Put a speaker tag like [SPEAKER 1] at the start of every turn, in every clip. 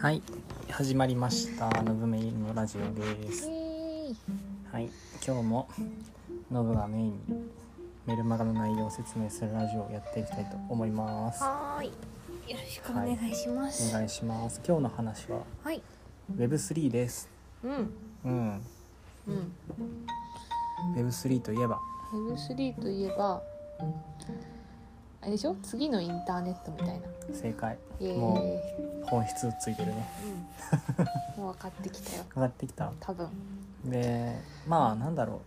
[SPEAKER 1] はい始まりました「のぶメインのラジオ」です
[SPEAKER 2] えい
[SPEAKER 1] はい今日ものぶがメインにメルマガの内容を説明するラジオをやっていきたいと思いますお
[SPEAKER 2] はーい。よろしくお願いします。はい。
[SPEAKER 1] 願いします今日の話は Web3 です
[SPEAKER 2] うん。
[SPEAKER 1] うん
[SPEAKER 2] うん。
[SPEAKER 1] Web3 といえば
[SPEAKER 2] Web3 といえば、あれでしょ次のインターネットみたいな。
[SPEAKER 1] 正解
[SPEAKER 2] イエーイ。
[SPEAKER 1] もう本質ついてるね
[SPEAKER 2] うん、もう分かってきたよ。
[SPEAKER 1] 上がってきた
[SPEAKER 2] 多分。
[SPEAKER 1] でまあなんだろう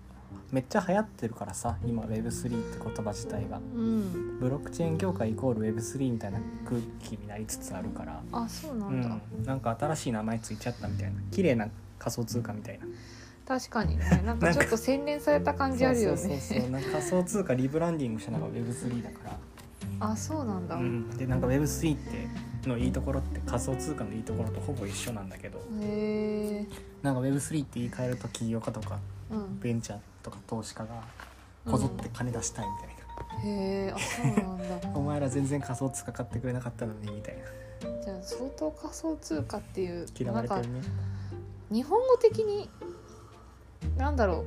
[SPEAKER 1] めっちゃ流行ってるからさ今 Web3 って言葉自体が
[SPEAKER 2] うん。
[SPEAKER 1] ブロックチェーン業界イコール Web3 みたいな空気になりつつあるから
[SPEAKER 2] あ、そうな
[SPEAKER 1] うん
[SPEAKER 2] だ。
[SPEAKER 1] ん、なんか新しい名前ついちゃったみたいな綺麗な仮想通貨みたいな
[SPEAKER 2] 確か にね。なんかちょっと洗練された感じあるよ
[SPEAKER 1] そうそう
[SPEAKER 2] ね。
[SPEAKER 1] そうそうなんか仮想通貨リブランディングしたのが Web3 だか
[SPEAKER 2] あ、そうなんだ。
[SPEAKER 1] ら、
[SPEAKER 2] へ
[SPEAKER 1] うん、でなんか Web3 ってのいいところって仮想通貨のいいところとほぼ一緒なんだけど
[SPEAKER 2] え。
[SPEAKER 1] なんか Web3 って言い換えると起業家とか
[SPEAKER 2] うん。
[SPEAKER 1] ベンチャーとか投資家がこぞって金出したいみたいな、
[SPEAKER 2] へえ。あ、そうなんだ。
[SPEAKER 1] お前ら全然仮想通貨買ってくれなかったのにみたいな
[SPEAKER 2] じゃあ相当仮想通貨っていう
[SPEAKER 1] 嫌わ
[SPEAKER 2] なん
[SPEAKER 1] れてる
[SPEAKER 2] か
[SPEAKER 1] ね
[SPEAKER 2] 日本語的になんだろう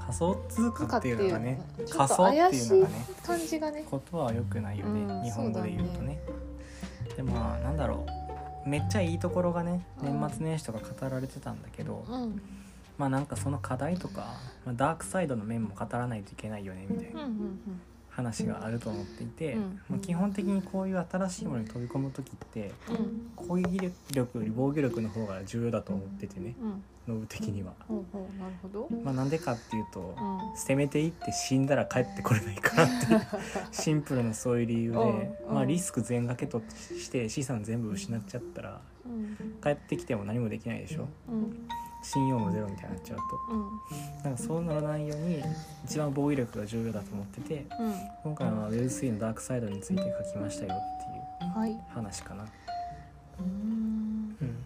[SPEAKER 1] 仮想通貨っていうのがね
[SPEAKER 2] 通貨
[SPEAKER 1] 仮
[SPEAKER 2] っていうの
[SPEAKER 1] 想っていうのがね
[SPEAKER 2] 感じがね
[SPEAKER 1] ことは良くないよね、
[SPEAKER 2] うん
[SPEAKER 1] 日本語で言うとねでまあなんだろうめっちゃいいところがね
[SPEAKER 2] うん
[SPEAKER 1] 年末年始とか語られてたんだけど、
[SPEAKER 2] うんうん
[SPEAKER 1] まあなんかその課題とか、まあ、ダークサイドの面も語らないといけないよねみたい
[SPEAKER 2] うんう
[SPEAKER 1] なん話があると思っていて、
[SPEAKER 2] うん
[SPEAKER 1] まあ基本的にこういう新しいものに飛び込む時って
[SPEAKER 2] うん
[SPEAKER 1] 攻撃力より防御力の方が重要だと思っててね
[SPEAKER 2] うん
[SPEAKER 1] ノブ的には。
[SPEAKER 2] ほうほうなるほど
[SPEAKER 1] まあ、なんでかっていうと、
[SPEAKER 2] うん
[SPEAKER 1] 攻めていって死んだら帰ってこれないからって いうシンプルなそういう理由で、
[SPEAKER 2] うんうん
[SPEAKER 1] まあ、リスク全掛けとして資産全部失っちゃったら
[SPEAKER 2] うん
[SPEAKER 1] 帰ってきても何もできないでしょ
[SPEAKER 2] うん
[SPEAKER 1] 信用もゼロみたいになっちゃうと
[SPEAKER 2] うん
[SPEAKER 1] なんかそうならないように一番防御力が重要だと思ってて
[SPEAKER 2] うん
[SPEAKER 1] 今回は Web3 のダークサイドについて書きましたよっていう
[SPEAKER 2] はいう
[SPEAKER 1] 話かな。
[SPEAKER 2] ーん
[SPEAKER 1] うん、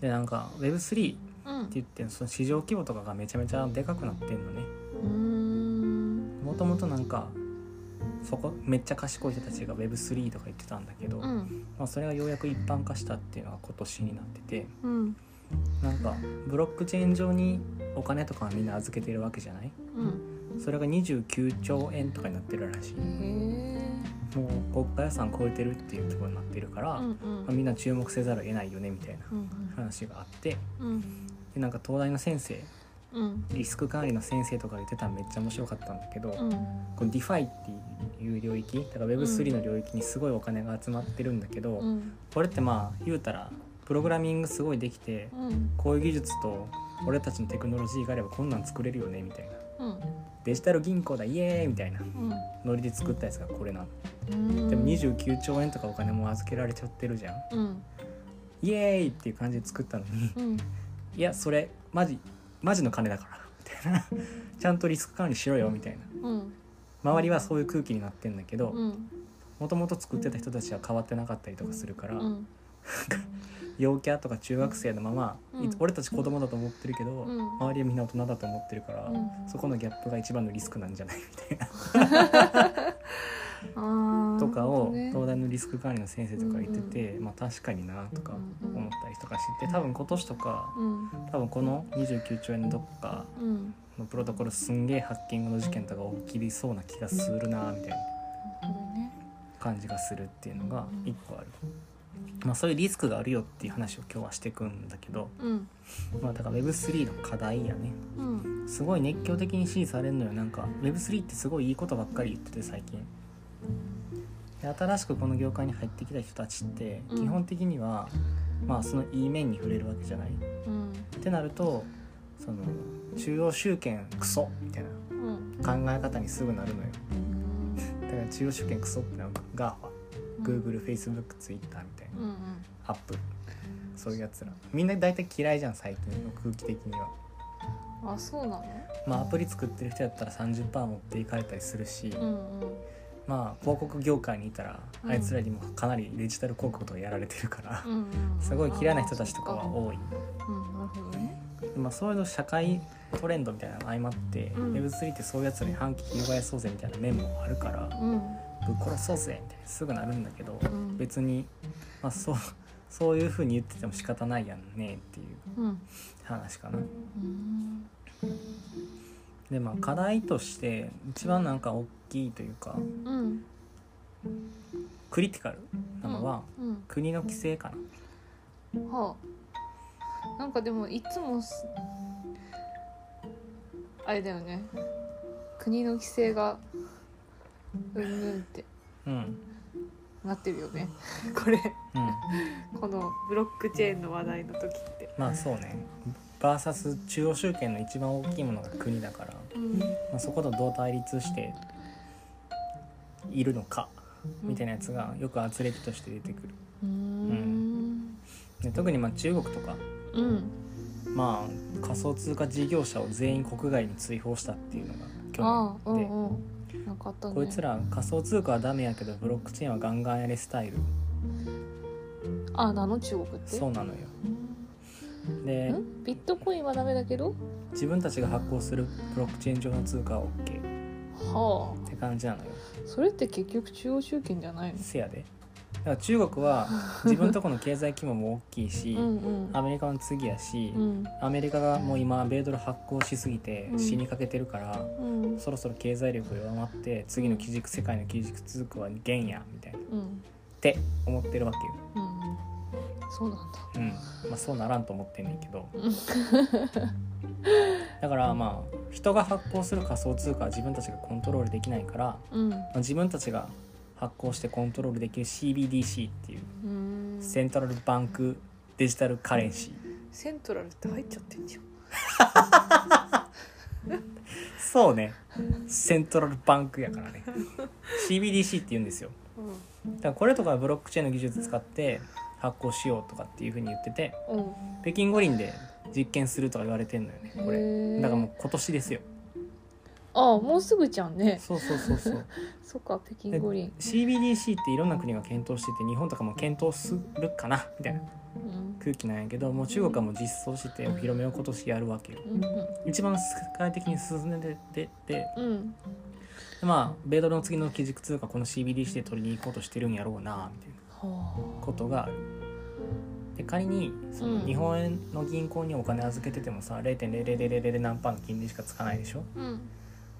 [SPEAKER 1] でなんか Web3 って
[SPEAKER 2] うん
[SPEAKER 1] 言ってその市場規模とかがめちゃめちゃでかくなってんのね。
[SPEAKER 2] うーん
[SPEAKER 1] もともとなんかそこめっちゃ賢い人たちが Web3 とか言ってたんだけど、
[SPEAKER 2] う
[SPEAKER 1] ま
[SPEAKER 2] ん
[SPEAKER 1] あ、それがようやく一般化したっていうのが今年になってて
[SPEAKER 2] うん
[SPEAKER 1] なんかブロックチェーン上にお金とかはみんな預けてるわけじゃない
[SPEAKER 2] うん
[SPEAKER 1] それが29兆円とかになってるらしい
[SPEAKER 2] へえ
[SPEAKER 1] もう国家予算超えてるっていうところになってるから、
[SPEAKER 2] うん
[SPEAKER 1] ま
[SPEAKER 2] うん
[SPEAKER 1] あ、みんな注目せざるを得ないよねみたいな
[SPEAKER 2] うん
[SPEAKER 1] 話があって
[SPEAKER 2] うん
[SPEAKER 1] でなんか東大の先生
[SPEAKER 2] うん
[SPEAKER 1] リスク管理の先生とか言ってたのめっちゃ面白かったんだけど、
[SPEAKER 2] うん
[SPEAKER 1] この DeFi っていう領域だから Web3 の領域にすごいお金が集まってるんだけど、
[SPEAKER 2] うん
[SPEAKER 1] これってまあ言うたらプログラミングすごいできて
[SPEAKER 2] うん
[SPEAKER 1] こういう技術と俺たちのテクノロジーがあればこんなん作れるよねみたいな
[SPEAKER 2] うん
[SPEAKER 1] デジタル銀行だイエーイみたいな
[SPEAKER 2] う
[SPEAKER 1] ノリで作ったやつがこれなの
[SPEAKER 2] ん
[SPEAKER 1] でも29兆円とかお金も預けられちゃってるじゃん
[SPEAKER 2] うん
[SPEAKER 1] イエーイっていう感じで作ったのに
[SPEAKER 2] うん
[SPEAKER 1] いやそれマジマジの金だからみたいな ちゃんとリスク管理しろよみたいな
[SPEAKER 2] うん
[SPEAKER 1] 周りはそういう空気になってんだけど、
[SPEAKER 2] うん
[SPEAKER 1] もともと作ってた人たちは変わってなかったりとかするから、
[SPEAKER 2] うん
[SPEAKER 1] 陽キャとか中学生のまま、い
[SPEAKER 2] うん
[SPEAKER 1] 俺たち子供だと思ってるけど、
[SPEAKER 2] うん
[SPEAKER 1] 周りはみんな大人だと思ってるから、
[SPEAKER 2] うん
[SPEAKER 1] そこのギャップが一番のリスクなんじゃないみたい
[SPEAKER 2] あ
[SPEAKER 1] な
[SPEAKER 2] ー
[SPEAKER 1] とかを、
[SPEAKER 2] なるほ
[SPEAKER 1] 東
[SPEAKER 2] どね
[SPEAKER 1] 大のリスク管理の先生とか言ってて、まあ確かになとか思ったりとかしてて多分今年とか
[SPEAKER 2] うん
[SPEAKER 1] 多分この29兆円のどっか
[SPEAKER 2] うん
[SPEAKER 1] のプロトコルすんげえハッキングの事件とか起きりそうな気がするなみたいな。
[SPEAKER 2] なるほどね
[SPEAKER 1] 感じがするっていうのが一個ある、まあ、そういうリスクがあるよっていう話を今日はしていくんだけど、
[SPEAKER 2] うん
[SPEAKER 1] まあ、だから Web3 の課題やね
[SPEAKER 2] うん
[SPEAKER 1] すごい熱狂的に支持されるのよなんか Web3 ってすごいいいことばっかり言ってて最近で新しくこの業界に入ってきた人たちって
[SPEAKER 2] うん
[SPEAKER 1] 基本的には、まあそのいい面に触れるわけじゃないっ
[SPEAKER 2] うん
[SPEAKER 1] てなるとその中央集権クソみたいな
[SPEAKER 2] うん
[SPEAKER 1] 考え方にすぐなるのよ
[SPEAKER 2] うん
[SPEAKER 1] だから中央集権クソってのは GAFA
[SPEAKER 2] うん
[SPEAKER 1] Google、Facebook、Twitter みたいな
[SPEAKER 2] うん
[SPEAKER 1] アップそういうやつらみんな大体嫌いじゃん最近の空気的には
[SPEAKER 2] うんあそうなの
[SPEAKER 1] まあアプリ作ってる人やったら30%持っていかれたりするし、
[SPEAKER 2] うんうん
[SPEAKER 1] まあ広告業界にいたら
[SPEAKER 2] うん
[SPEAKER 1] あいつらにもかなりデジタル広告とかやられてるから
[SPEAKER 2] う、んうん
[SPEAKER 1] すごい嫌いな人たちとかは
[SPEAKER 2] あー
[SPEAKER 1] 多い
[SPEAKER 2] そっかうんなるほどね
[SPEAKER 1] まあそういうの社会トレンドみたいなの相まって、
[SPEAKER 2] うん
[SPEAKER 1] Web3 ってそういうやつらに反旗翻そうぜみたいな面もあるから
[SPEAKER 2] うん
[SPEAKER 1] ぶっ殺そうぜみたいなすぐなるんだけど
[SPEAKER 2] うん
[SPEAKER 1] 別に、まあ、そうそういうふうに言ってても仕方ないやんねっていう
[SPEAKER 2] うん
[SPEAKER 1] 話かな。
[SPEAKER 2] うん
[SPEAKER 1] でまあ課題として一番なんか大きいというか
[SPEAKER 2] うん
[SPEAKER 1] クリティカルなのは
[SPEAKER 2] うん
[SPEAKER 1] 国の規制かな。
[SPEAKER 2] はあなんかでもいつもすあれだよね国の規制がうんぬんって
[SPEAKER 1] うん
[SPEAKER 2] なってるよねこれ
[SPEAKER 1] うん、
[SPEAKER 2] このブロックチェーンの話題の時って
[SPEAKER 1] まあそうねバーサス中央集権の一番大きいものが国だから、
[SPEAKER 2] うん
[SPEAKER 1] まあ、そことどう対立しているのかみたいなやつがよく圧力として出てくる。
[SPEAKER 2] うーん
[SPEAKER 1] で特にまあ中国とか
[SPEAKER 2] うん
[SPEAKER 1] まあ仮想通貨事業者を全員国外に追放したっていうのが
[SPEAKER 2] ああ
[SPEAKER 1] 去
[SPEAKER 2] う
[SPEAKER 1] 年で、
[SPEAKER 2] んうんなんかあったね
[SPEAKER 1] こいつら仮想通貨はダメやけどブロックチェーンはガンガンやれスタイル
[SPEAKER 2] あなの中国って
[SPEAKER 1] そうなのよ
[SPEAKER 2] う
[SPEAKER 1] で
[SPEAKER 2] んビットコインはダメだけど
[SPEAKER 1] 自分たちが発行するブロックチェーン上の通貨は OK
[SPEAKER 2] は
[SPEAKER 1] って感じなのよ
[SPEAKER 2] あそれって結局中央集権じゃないの
[SPEAKER 1] せやでだから中国 は自分とこの経済規模も大きいし、
[SPEAKER 2] うんうん
[SPEAKER 1] アメリカの次やし、
[SPEAKER 2] うん
[SPEAKER 1] アメリカがもう今米ドル発行しすぎて
[SPEAKER 2] うん
[SPEAKER 1] 死にかけてるから、
[SPEAKER 2] うん
[SPEAKER 1] そろそろ経済力弱まって次の基軸世界の基軸通貨は元やみたいなっ
[SPEAKER 2] うん
[SPEAKER 1] て思ってるわけよ。
[SPEAKER 2] うんそうなんだ
[SPEAKER 1] うんまあ、そうならんと思ってんねんけ どだからまあ人が発行する仮想通貨は自分たちがコントロールできないから、ま
[SPEAKER 2] うんう
[SPEAKER 1] あ自分たちが発行してコントロールできる CBDC っていう
[SPEAKER 2] ーん
[SPEAKER 1] セントラルバンクデジタルカレンシー
[SPEAKER 2] セントラルって入っちゃってんじゃん
[SPEAKER 1] そうねセントラルバンクやからね CBDC って言うんですよ
[SPEAKER 2] う
[SPEAKER 1] だからこれとかブロックチェーンの技術使って発行しようとかっていうふうに言ってて
[SPEAKER 2] んうん
[SPEAKER 1] 北京五輪で実験するとか言われてんのよねこ
[SPEAKER 2] へ
[SPEAKER 1] れ
[SPEAKER 2] ー
[SPEAKER 1] だからもう今年ですよ
[SPEAKER 2] ああもうすぐじゃんね
[SPEAKER 1] そうそうそうそう
[SPEAKER 2] そっか北京五輪
[SPEAKER 1] CBDC っていろんな国が検討してて日本とかも検討するかなみたいな
[SPEAKER 2] うん
[SPEAKER 1] 空気なんやけどもう中国はもう実装してお披露目を今年やるわけよ
[SPEAKER 2] うん
[SPEAKER 1] 一番世界的に進んでてで
[SPEAKER 2] うん
[SPEAKER 1] まあ米ドルの次の基軸通貨この CBDC で取りに行こうとしてるんやろうなみたいな
[SPEAKER 2] は
[SPEAKER 1] ことがあるで仮にその
[SPEAKER 2] うん
[SPEAKER 1] 日本円の銀行にお金預けててもさ0.0000何パーの金利しかつかないでしょ
[SPEAKER 2] あうん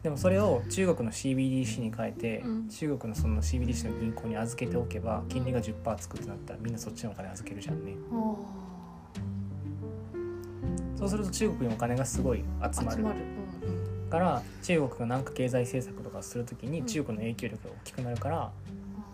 [SPEAKER 1] でもそれを中国の CBDC に変えて、
[SPEAKER 2] うん
[SPEAKER 1] 中国のその CBDC の銀行に預けておけば金利が10%つくってなったらみんなそっちのお金預けるじゃんね
[SPEAKER 2] は
[SPEAKER 1] そうすると中国にお金がすごい集
[SPEAKER 2] あ
[SPEAKER 1] ま
[SPEAKER 2] 集
[SPEAKER 1] る
[SPEAKER 2] まるうん
[SPEAKER 1] から中国が何か経済政策とかするとき
[SPEAKER 2] う
[SPEAKER 1] に
[SPEAKER 2] ん
[SPEAKER 1] 中国の影響力が大きくなるから、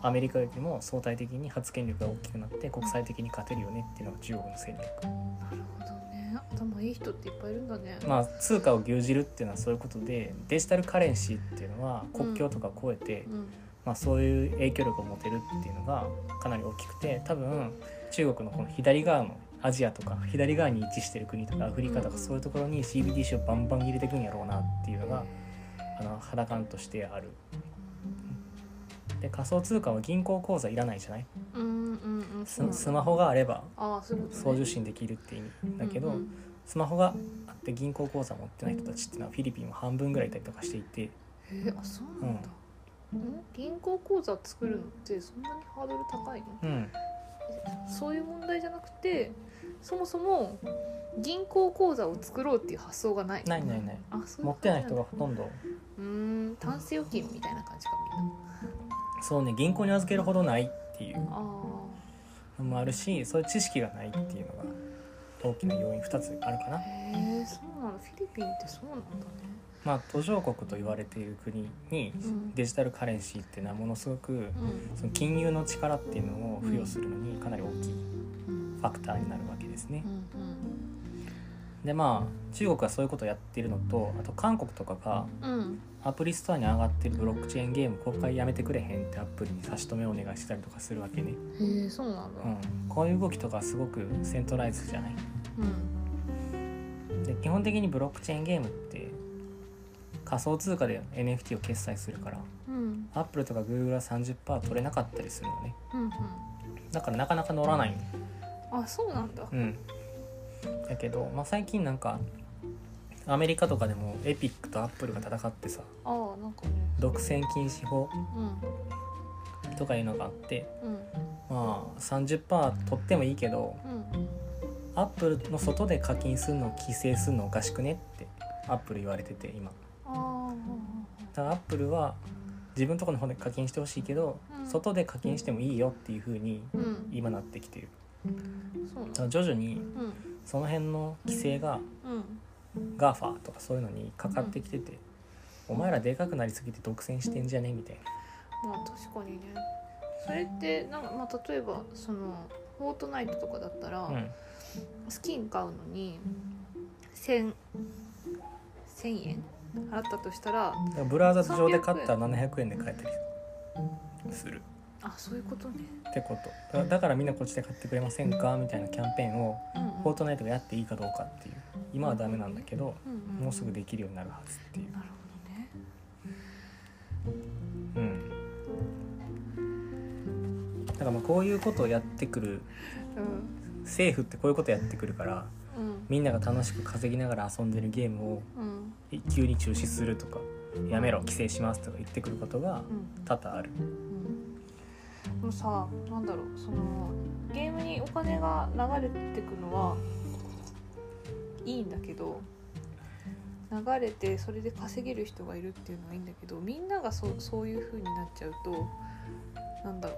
[SPEAKER 1] アメリカよりも相対的に発言力が大きくなって国際的に勝てるよねっていうのが中国の戦略
[SPEAKER 2] なるほどね頭いい人っていっぱいいるんだね
[SPEAKER 1] まあ通貨を牛耳るっていうのはそういうことでデジタルカレンシーっていうのは国境とかを越えて、
[SPEAKER 2] うん
[SPEAKER 1] まあ、そういう影響力を持てるっていうのがかなり大きくて多分中国のこの左側のアジアとか左側に位置してる国とかアフリカと
[SPEAKER 2] うんう
[SPEAKER 1] か
[SPEAKER 2] ん
[SPEAKER 1] そういうところに CBDC をバンバン入れていくんやろうなっていうのがあの肌感としてある。で仮想通貨は銀行口座いらないじゃない
[SPEAKER 2] うんうんうん
[SPEAKER 1] ススマホがあれば
[SPEAKER 2] ああそういうことね
[SPEAKER 1] 送受信できるって意味だけど、
[SPEAKER 2] うんうん
[SPEAKER 1] スマホがあって銀行口座持ってない人たちっていうのはフィリピンも半分ぐらいいたりとかしていて
[SPEAKER 2] へえあそうなんだ、ん、銀行口座作るのってそんなにハードル高いの
[SPEAKER 1] うん
[SPEAKER 2] そういう問題じゃなくてそもそも銀行口座を作ろうっていう発想がない
[SPEAKER 1] ないないない
[SPEAKER 2] あそういう
[SPEAKER 1] 持ってない人
[SPEAKER 2] が
[SPEAKER 1] がほとんど
[SPEAKER 2] うーんタンス預金みたいな感じかみんな
[SPEAKER 1] そうね銀行に預けるほどないっていう
[SPEAKER 2] あ
[SPEAKER 1] のもあるしそういう知識がないっていうのが大きな要因2つあるか
[SPEAKER 2] あ
[SPEAKER 1] な
[SPEAKER 2] へえそうなのフィリピンってそうなんだね
[SPEAKER 1] まあ途上国と言われている国に
[SPEAKER 2] うん
[SPEAKER 1] デジタルカレンシーっていうのはものすごく
[SPEAKER 2] うん
[SPEAKER 1] その金融の力っていうのを付与するのにかなり大きい
[SPEAKER 2] うん
[SPEAKER 1] ファクターになるわけですね
[SPEAKER 2] うん
[SPEAKER 1] でまあ中国はそういうことをやっているのとあと韓国とかが
[SPEAKER 2] うん
[SPEAKER 1] アプリストアに上がってるブロックチェーンゲーム公開やめてくれへんってアップルに差し止めをお願いしたりとかするわけね、
[SPEAKER 2] へえそうなんだ
[SPEAKER 1] うん、こういう動きとかすごくセントライズじゃない
[SPEAKER 2] うん
[SPEAKER 1] で基本的にブロックチェーンゲームって仮想通貨で NFT を決済するから
[SPEAKER 2] うん
[SPEAKER 1] アップルとか Google は30%取れなかったりするのね
[SPEAKER 2] うんうん
[SPEAKER 1] だからなかなか乗らない
[SPEAKER 2] あそうなんだ
[SPEAKER 1] うんだけど、まあ、最近なんかアメリカとかでもエピックとアップルが戦ってさ
[SPEAKER 2] ああなんかね
[SPEAKER 1] 独占禁止法
[SPEAKER 2] うん
[SPEAKER 1] とかいうのがあって
[SPEAKER 2] うん
[SPEAKER 1] まあ30%取ってもいいけど
[SPEAKER 2] うん
[SPEAKER 1] アップルの外で課金するのを規制するのおかしくねってアップル言われてて今
[SPEAKER 2] あー
[SPEAKER 1] だからアップルは自分とこの方で課金してほしいけど、
[SPEAKER 2] うん
[SPEAKER 1] 外で課金してもいいよっていう風に
[SPEAKER 2] うん
[SPEAKER 1] 今なってきてる
[SPEAKER 2] そうなん
[SPEAKER 1] だから徐々に
[SPEAKER 2] うん
[SPEAKER 1] その辺の規制が
[SPEAKER 2] うん、
[SPEAKER 1] GAFA とかそういうのにかかってきてて、お前らでかくなりすぎて独占してんじゃねみたいな
[SPEAKER 2] まあ確かにねそれってなんか、まあ、例えばそのフォートナイトとかだったら、
[SPEAKER 1] うん
[SPEAKER 2] スキン買うのに1000 1000円払ったとしたら
[SPEAKER 1] だからブラウザ上で買ったら700円で買えたりする
[SPEAKER 2] あそういうことね、
[SPEAKER 1] ってことだだからみんなこっちで買ってくれませんかみたいなキャンペーンを
[SPEAKER 2] うんうん、
[SPEAKER 1] フォートナイトがやっていいかどうかっていう今はダメなんだけど
[SPEAKER 2] うんうん、
[SPEAKER 1] もうすぐできるようになるはずっていう
[SPEAKER 2] なるほどね
[SPEAKER 1] うんだからまあこういうことをやってくる
[SPEAKER 2] うん
[SPEAKER 1] 政府ってこういうことやってくるから
[SPEAKER 2] うん
[SPEAKER 1] みんなが楽しく稼ぎながら遊んでるゲームを
[SPEAKER 2] うん
[SPEAKER 1] 急に中止するとかやめろ規制しますとか言ってくることが
[SPEAKER 2] うん
[SPEAKER 1] 多々ある
[SPEAKER 2] うんでもさなんだろうそのゲームにお金が流れてくのはいいんだけど流れてそれで稼げる人がいるっていうのはいいんだけどみんながそそういう風になっちゃうとなんだろ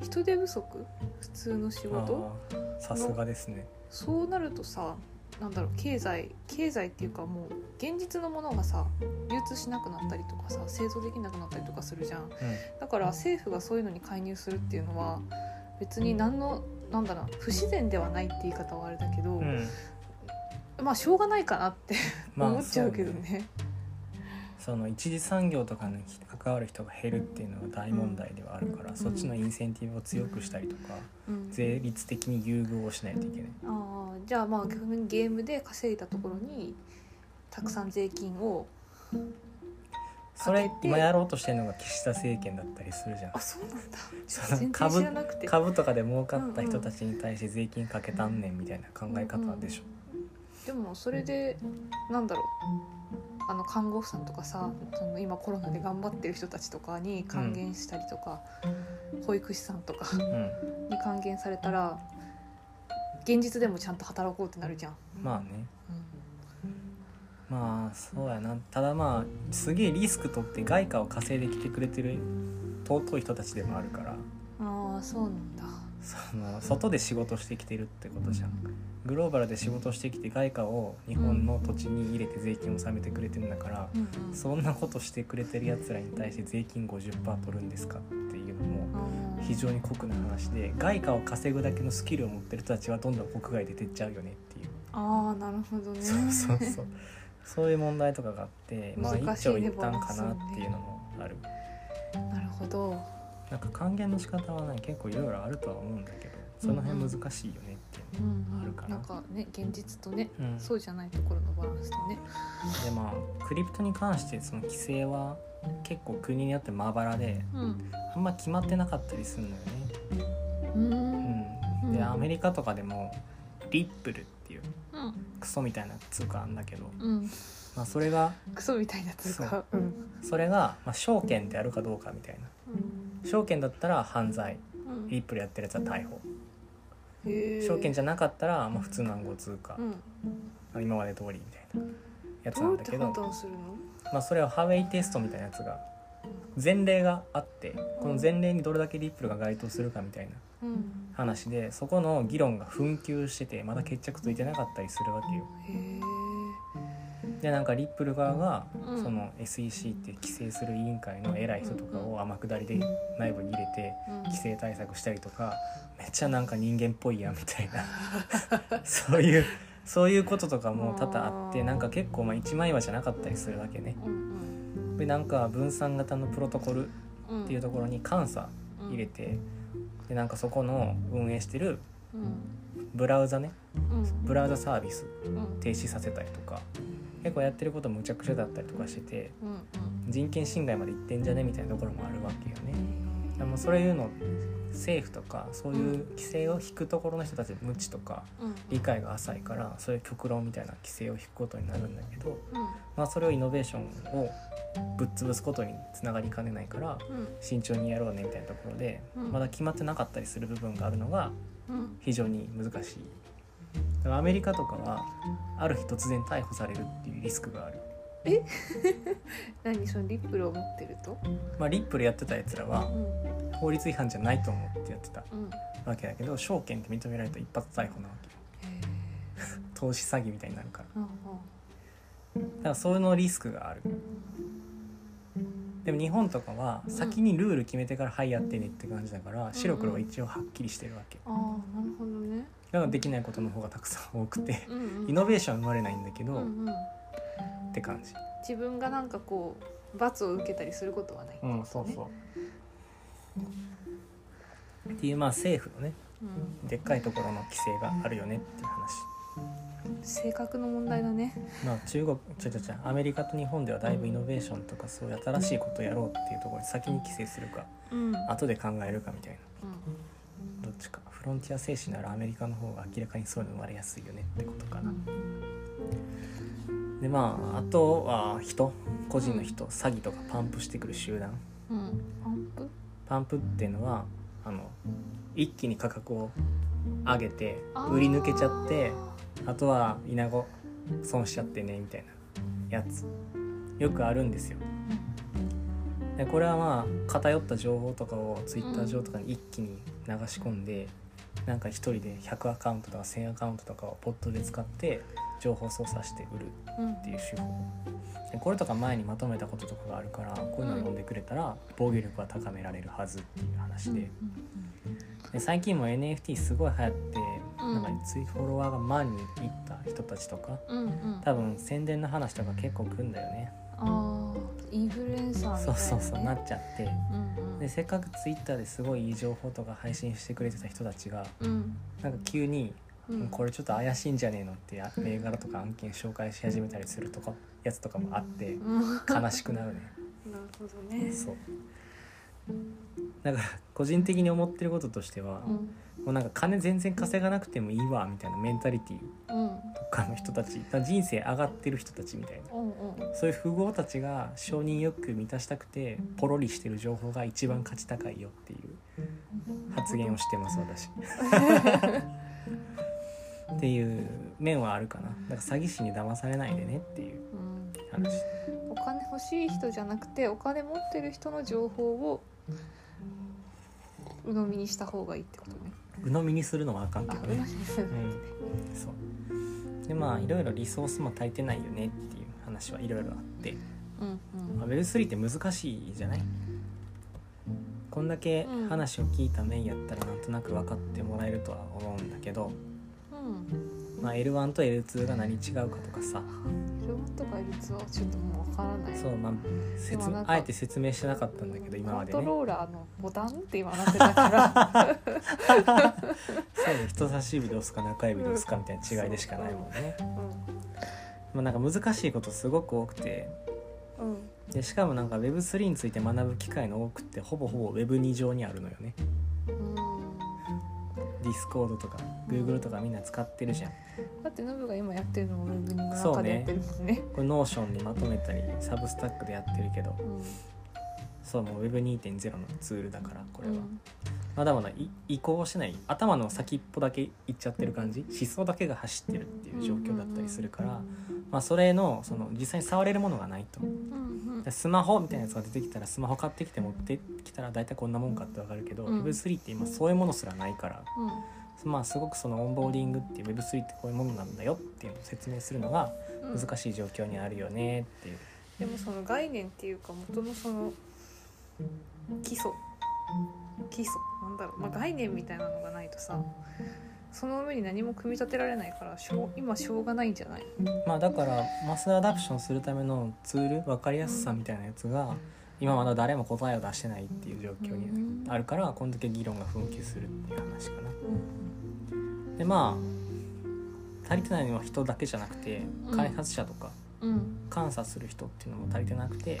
[SPEAKER 2] う人手不足普通の仕事
[SPEAKER 1] あーさすがですね
[SPEAKER 2] そうなるとさなんだろう経済経済っていうかもう現実のものがさ流通しなくなったりとかさ製造できなくなったりとかするじゃん。だから政府がそういうのに介入するっていうのは別に何のなんだろう不自然ではないって言い方はあれだけど、
[SPEAKER 1] うん、うん、
[SPEAKER 2] まあしょうがないかなって思っちゃうけど
[SPEAKER 1] そうね
[SPEAKER 2] ね。
[SPEAKER 1] その一次産業とかに関わる人が減るっていうのは大問題ではあるから、そっちのインセンティブを強くしたりとか
[SPEAKER 2] うん
[SPEAKER 1] 税率的に優遇をしないといけない
[SPEAKER 2] あーじゃあまあ逆にゲームで稼いだところにたくさん税金を
[SPEAKER 1] それ
[SPEAKER 2] かけて
[SPEAKER 1] 今やろうとしてるのが岸田政権だったりするじゃん
[SPEAKER 2] あそうなんだ
[SPEAKER 1] その
[SPEAKER 2] 全然
[SPEAKER 1] 株
[SPEAKER 2] 知らなくて
[SPEAKER 1] 株とかで儲かった人たちに対して税金かけたんねんみたいな考え方でしょ、
[SPEAKER 2] でもそれでなんだろうあの看護婦さんとかさその今コロナで頑張ってる人たちとかに還元したりとか、保育士さんとか
[SPEAKER 1] うん、
[SPEAKER 2] に還元されたら現実でもちゃんと働こうってなるじゃん、
[SPEAKER 1] まあねまあそうやなただまあすげえリスク取って外貨を稼いできてくれてる尊い人たちでもあるから
[SPEAKER 2] ああそうなんだ
[SPEAKER 1] その外で仕事してきてるってことじゃんグローバルで仕事してきて外貨を日本の土地に入れて税金を納めてくれてるんだから、
[SPEAKER 2] うんうん
[SPEAKER 1] そんなことしてくれてるやつらに対して税金50%取るんですかっていうのも
[SPEAKER 2] あー
[SPEAKER 1] 非常に酷な話で外貨を稼ぐだけのスキルを持ってる人たちはどんどん国外出てっちゃうよねっていう、
[SPEAKER 2] あーなるほどね
[SPEAKER 1] そうそうそうそういう問題とかがあ ってまあ一
[SPEAKER 2] 難しい
[SPEAKER 1] 長
[SPEAKER 2] ね
[SPEAKER 1] 一短かなっていうのもある
[SPEAKER 2] なるほど
[SPEAKER 1] なんか還元の仕方はね結構いろいろあるとは思うんだけどその辺難しいよねっていう
[SPEAKER 2] う
[SPEAKER 1] の
[SPEAKER 2] ん、
[SPEAKER 1] あるかな
[SPEAKER 2] なんかね現実とね、
[SPEAKER 1] うん
[SPEAKER 2] そうじゃないところのバランスとね
[SPEAKER 1] でまあクリプトに関してその規制は結構国によってまばらで
[SPEAKER 2] うん
[SPEAKER 1] あんま決まってなかったりするのよね。
[SPEAKER 2] うん
[SPEAKER 1] うん、で
[SPEAKER 2] うん
[SPEAKER 1] アメリカとかでもリップルっていう
[SPEAKER 2] うん
[SPEAKER 1] クソみたいな通貨あんだけど、
[SPEAKER 2] うん
[SPEAKER 1] まあ、それが
[SPEAKER 2] クソみたいなつうかうん
[SPEAKER 1] それが、まあ、証券であるかどうかみたいな証券だったら犯罪
[SPEAKER 2] うん
[SPEAKER 1] リップルやってるやつは逮捕
[SPEAKER 2] へー
[SPEAKER 1] 証券じゃなかったら、まあ、普通の暗号通貨
[SPEAKER 2] う、ん
[SPEAKER 1] 今まで通りみたいなやつ
[SPEAKER 2] ど
[SPEAKER 1] な
[SPEAKER 2] うん
[SPEAKER 1] だ
[SPEAKER 2] やっ
[SPEAKER 1] け
[SPEAKER 2] て
[SPEAKER 1] ど
[SPEAKER 2] 判断するの
[SPEAKER 1] まあ、それをハウェイテストみたいなやつが前例があってこの前例にどれだけリップルが該当するかみたいな
[SPEAKER 2] うん
[SPEAKER 1] 話でそこの議論が紛糾しててまだ決着ついてなかったりするわけよ。
[SPEAKER 2] へえ
[SPEAKER 1] でなんかリップル側が
[SPEAKER 2] うん
[SPEAKER 1] その SEC って規制する委員会の偉い人とか
[SPEAKER 2] うんう
[SPEAKER 1] を天下りで内部に入れて
[SPEAKER 2] うん
[SPEAKER 1] 規制対策したりとかめっちゃなんか人間っぽいやんみたいな そういうそういうこととかも多々あってなんか結構まあ一枚岩じゃなかったりするわけね。
[SPEAKER 2] うん
[SPEAKER 1] でなんか分散型のプロトコル
[SPEAKER 2] うん
[SPEAKER 1] っていうところに監査入れてでなんかそこの運営してる
[SPEAKER 2] うん
[SPEAKER 1] ブラウザね
[SPEAKER 2] うん
[SPEAKER 1] ブラウザサービス
[SPEAKER 2] うん
[SPEAKER 1] 停止させたりとか結構やってることむちゃくちゃだったりとかしてて
[SPEAKER 2] うんうん
[SPEAKER 1] 人権侵害まで行ってんじゃねみたいなところもあるわけよね。でもそういうの政府とかそういう規制を引くところの人たち無知とか
[SPEAKER 2] うん
[SPEAKER 1] 理解が浅いからそういう極論みたいな規制を引くことになるんだけど、
[SPEAKER 2] うん
[SPEAKER 1] まあ、それをイノベーションをぶっ潰すことにつながりかねないから
[SPEAKER 2] うん
[SPEAKER 1] 慎重にやろうねみたいなところで
[SPEAKER 2] うん
[SPEAKER 1] まだ決まってなかったりする部分があるのが
[SPEAKER 2] うん
[SPEAKER 1] 非常に難しい。だからアメリカとかはある日突然逮捕されるっていうリスクがある。
[SPEAKER 2] 何そのリップルを持ってると
[SPEAKER 1] まあ、リップルやってたやつらは
[SPEAKER 2] うん
[SPEAKER 1] 法律違反じゃないと思ってやってた
[SPEAKER 2] うん
[SPEAKER 1] わけだけど証券って認められたら一発逮捕なわけ
[SPEAKER 2] へ
[SPEAKER 1] 投資詐欺みたいになるから
[SPEAKER 2] ーうん
[SPEAKER 1] だからそういうのリスクがあるでも日本とかは先にルール決めてから「はいやってね」って感じだから白黒は一応はっきりしてるわけ
[SPEAKER 2] ああなるほどね
[SPEAKER 1] だからできないことの方がたくさん多くて
[SPEAKER 2] うんうん
[SPEAKER 1] イノベーションは生まれないんだけ
[SPEAKER 2] う
[SPEAKER 1] どっ
[SPEAKER 2] んうん
[SPEAKER 1] て感じ
[SPEAKER 2] 自分がなんかこう罰を受けたりすることはない
[SPEAKER 1] うんそうそうっていうまあ政府のね
[SPEAKER 2] うん
[SPEAKER 1] でっかいところの規制があるよねっていう話
[SPEAKER 2] 性格の問題だね
[SPEAKER 1] まあ中国ちょちょちょアメリカと日本ではだいぶイノベーションとかそういう新しいことをやろうっていうところに先に規制するか
[SPEAKER 2] うん
[SPEAKER 1] 後で考えるかみたいな
[SPEAKER 2] うん
[SPEAKER 1] どっちかフロンティア精神ならアメリカの方が明らかにそういうの生まれやすいよねってことかな。でまああとは人個人の人詐欺とかパンプしてくる集団
[SPEAKER 2] うんパンプ
[SPEAKER 1] パンプっていうのはあの一気に価格を上げて
[SPEAKER 2] あー
[SPEAKER 1] 売り抜けちゃってあとはイナゴ損しちゃってねみたいなやつよくあるんですよ。でこれはまあ偏った情報とかをツイッター上とかに一気に流し込んで、なんか一人で100アカウントとか1000アカウントとかをポットで使って情報操作して売る
[SPEAKER 2] うん
[SPEAKER 1] っていう手法でこれとか前にまとめたこととかがあるからこういうのを読んでくれたら防御力は高められるはずっていう話でで最近も NFT すごい流行って
[SPEAKER 2] うん
[SPEAKER 1] なんかツイフォロワーが万人いった人たちとか
[SPEAKER 2] うんうんうん
[SPEAKER 1] 多分宣伝の話とか結構来んだよね
[SPEAKER 2] あーインフルエンサーみたいな、ね、
[SPEAKER 1] そうそうそうなっちゃって。
[SPEAKER 2] うんうん
[SPEAKER 1] でせっかくツイッターですごいいい情報とか配信してくれてた人たちが
[SPEAKER 2] うん
[SPEAKER 1] なんか急に「
[SPEAKER 2] うん
[SPEAKER 1] これちょっと怪しいんじゃねえの?」ってや銘柄とか案件紹介し始めたりするとかやつとかもあって
[SPEAKER 2] うんなる
[SPEAKER 1] 悲しくなるね
[SPEAKER 2] ほどね
[SPEAKER 1] そうだから個人的に思ってることとしては
[SPEAKER 2] う
[SPEAKER 1] も
[SPEAKER 2] ん
[SPEAKER 1] うなんか金全然稼がなくてもいいわみたいなメンタリティ
[SPEAKER 2] うん
[SPEAKER 1] とかの人たちだから人生上がってる人たちみたいな
[SPEAKER 2] おうおう
[SPEAKER 1] そういう富豪たちが承認欲求満たしたくてポロリしてる情報が一番価値高いよっていう発言をしてます私。っていう面はあるかなだから詐欺師に騙されないでねっていう
[SPEAKER 2] うん
[SPEAKER 1] 話
[SPEAKER 2] お金欲しい人じゃなくてお金持ってる人の情報を鵜呑みにした方がいいってことね。
[SPEAKER 1] 鵜呑みにするのはあかんけ
[SPEAKER 2] あ、
[SPEAKER 1] ど
[SPEAKER 2] 鵜呑み
[SPEAKER 1] ね
[SPEAKER 2] にする
[SPEAKER 1] う。んそうでまあいろいろリソースも足りてないよねっていう話はいろいろあって、
[SPEAKER 2] うん
[SPEAKER 1] まあ、Web3 って難しいじゃないこんだけ話を聞いた面やったらなんとなく分かってもらえるとは思うんだけど、
[SPEAKER 2] うん。
[SPEAKER 1] まあ、L1 と L2 が何違うかとかさ
[SPEAKER 2] うん。ロボットがいるとはちょっともうわからない。
[SPEAKER 1] そうまあ説
[SPEAKER 2] でもなんか
[SPEAKER 1] あえて説明してなかったんだけど今
[SPEAKER 2] コ
[SPEAKER 1] ま
[SPEAKER 2] ン
[SPEAKER 1] で
[SPEAKER 2] ト
[SPEAKER 1] ね
[SPEAKER 2] ローラーのボタンって今なって たから。
[SPEAKER 1] そうね人差し指で押すか中指で押すかみたいな違いでしかないもんね、まあ、なんか難しいことすごく多くて
[SPEAKER 2] うん。うん。
[SPEAKER 1] でしかもなんか Web3 について学ぶ機会の多くってほぼほぼ Web2 上にあるのよね
[SPEAKER 2] うん。
[SPEAKER 1] Discord とか Google とかみんな使ってるじゃん
[SPEAKER 2] だってノブが今やってるのもウェブの
[SPEAKER 1] そう
[SPEAKER 2] 中
[SPEAKER 1] ね
[SPEAKER 2] でやってるもんね。
[SPEAKER 1] これ Notion にまとめたりサブスタックでやってるけど
[SPEAKER 2] うん。
[SPEAKER 1] そうもう Web2.0 のツールだからこれは、
[SPEAKER 2] うん
[SPEAKER 1] まだまだい移行してない頭の先っぽだけいっちゃってる感じ思想だけが走ってるっていう状況だったりするから、まあ、それのその実際に触れるものがないと
[SPEAKER 2] うん
[SPEAKER 1] でスマホみたいなやつが出てきたらスマホ買ってきて持ってきたら大体こんなもんかってわかるけど、
[SPEAKER 2] うん
[SPEAKER 1] Web3 って今そういうものすらないから、
[SPEAKER 2] うん。
[SPEAKER 1] まあ、すごくそのオンボーディングっていう Web3 ってこういうものなんだよっていうのを説明するのが
[SPEAKER 2] うん。
[SPEAKER 1] 難しい状況にあるよねっていう、
[SPEAKER 2] でもその概念っていうか元のその基礎基礎なんだろう、まあ、概念みたいなのがないとさその上に何も組み立てられないからしょう今しょうがないんじゃない
[SPEAKER 1] まあ、だからマスアダプションするためのツール分かりやすさみたいなやつが今まだ誰も答えを出してないっていう状況にあるからこんだけ議論が紛糾するっていう話かな。でまあ足りてないのは人だけじゃなくて
[SPEAKER 2] うん
[SPEAKER 1] 開発者とか
[SPEAKER 2] うん
[SPEAKER 1] 監査する人っていうのも足りてなくて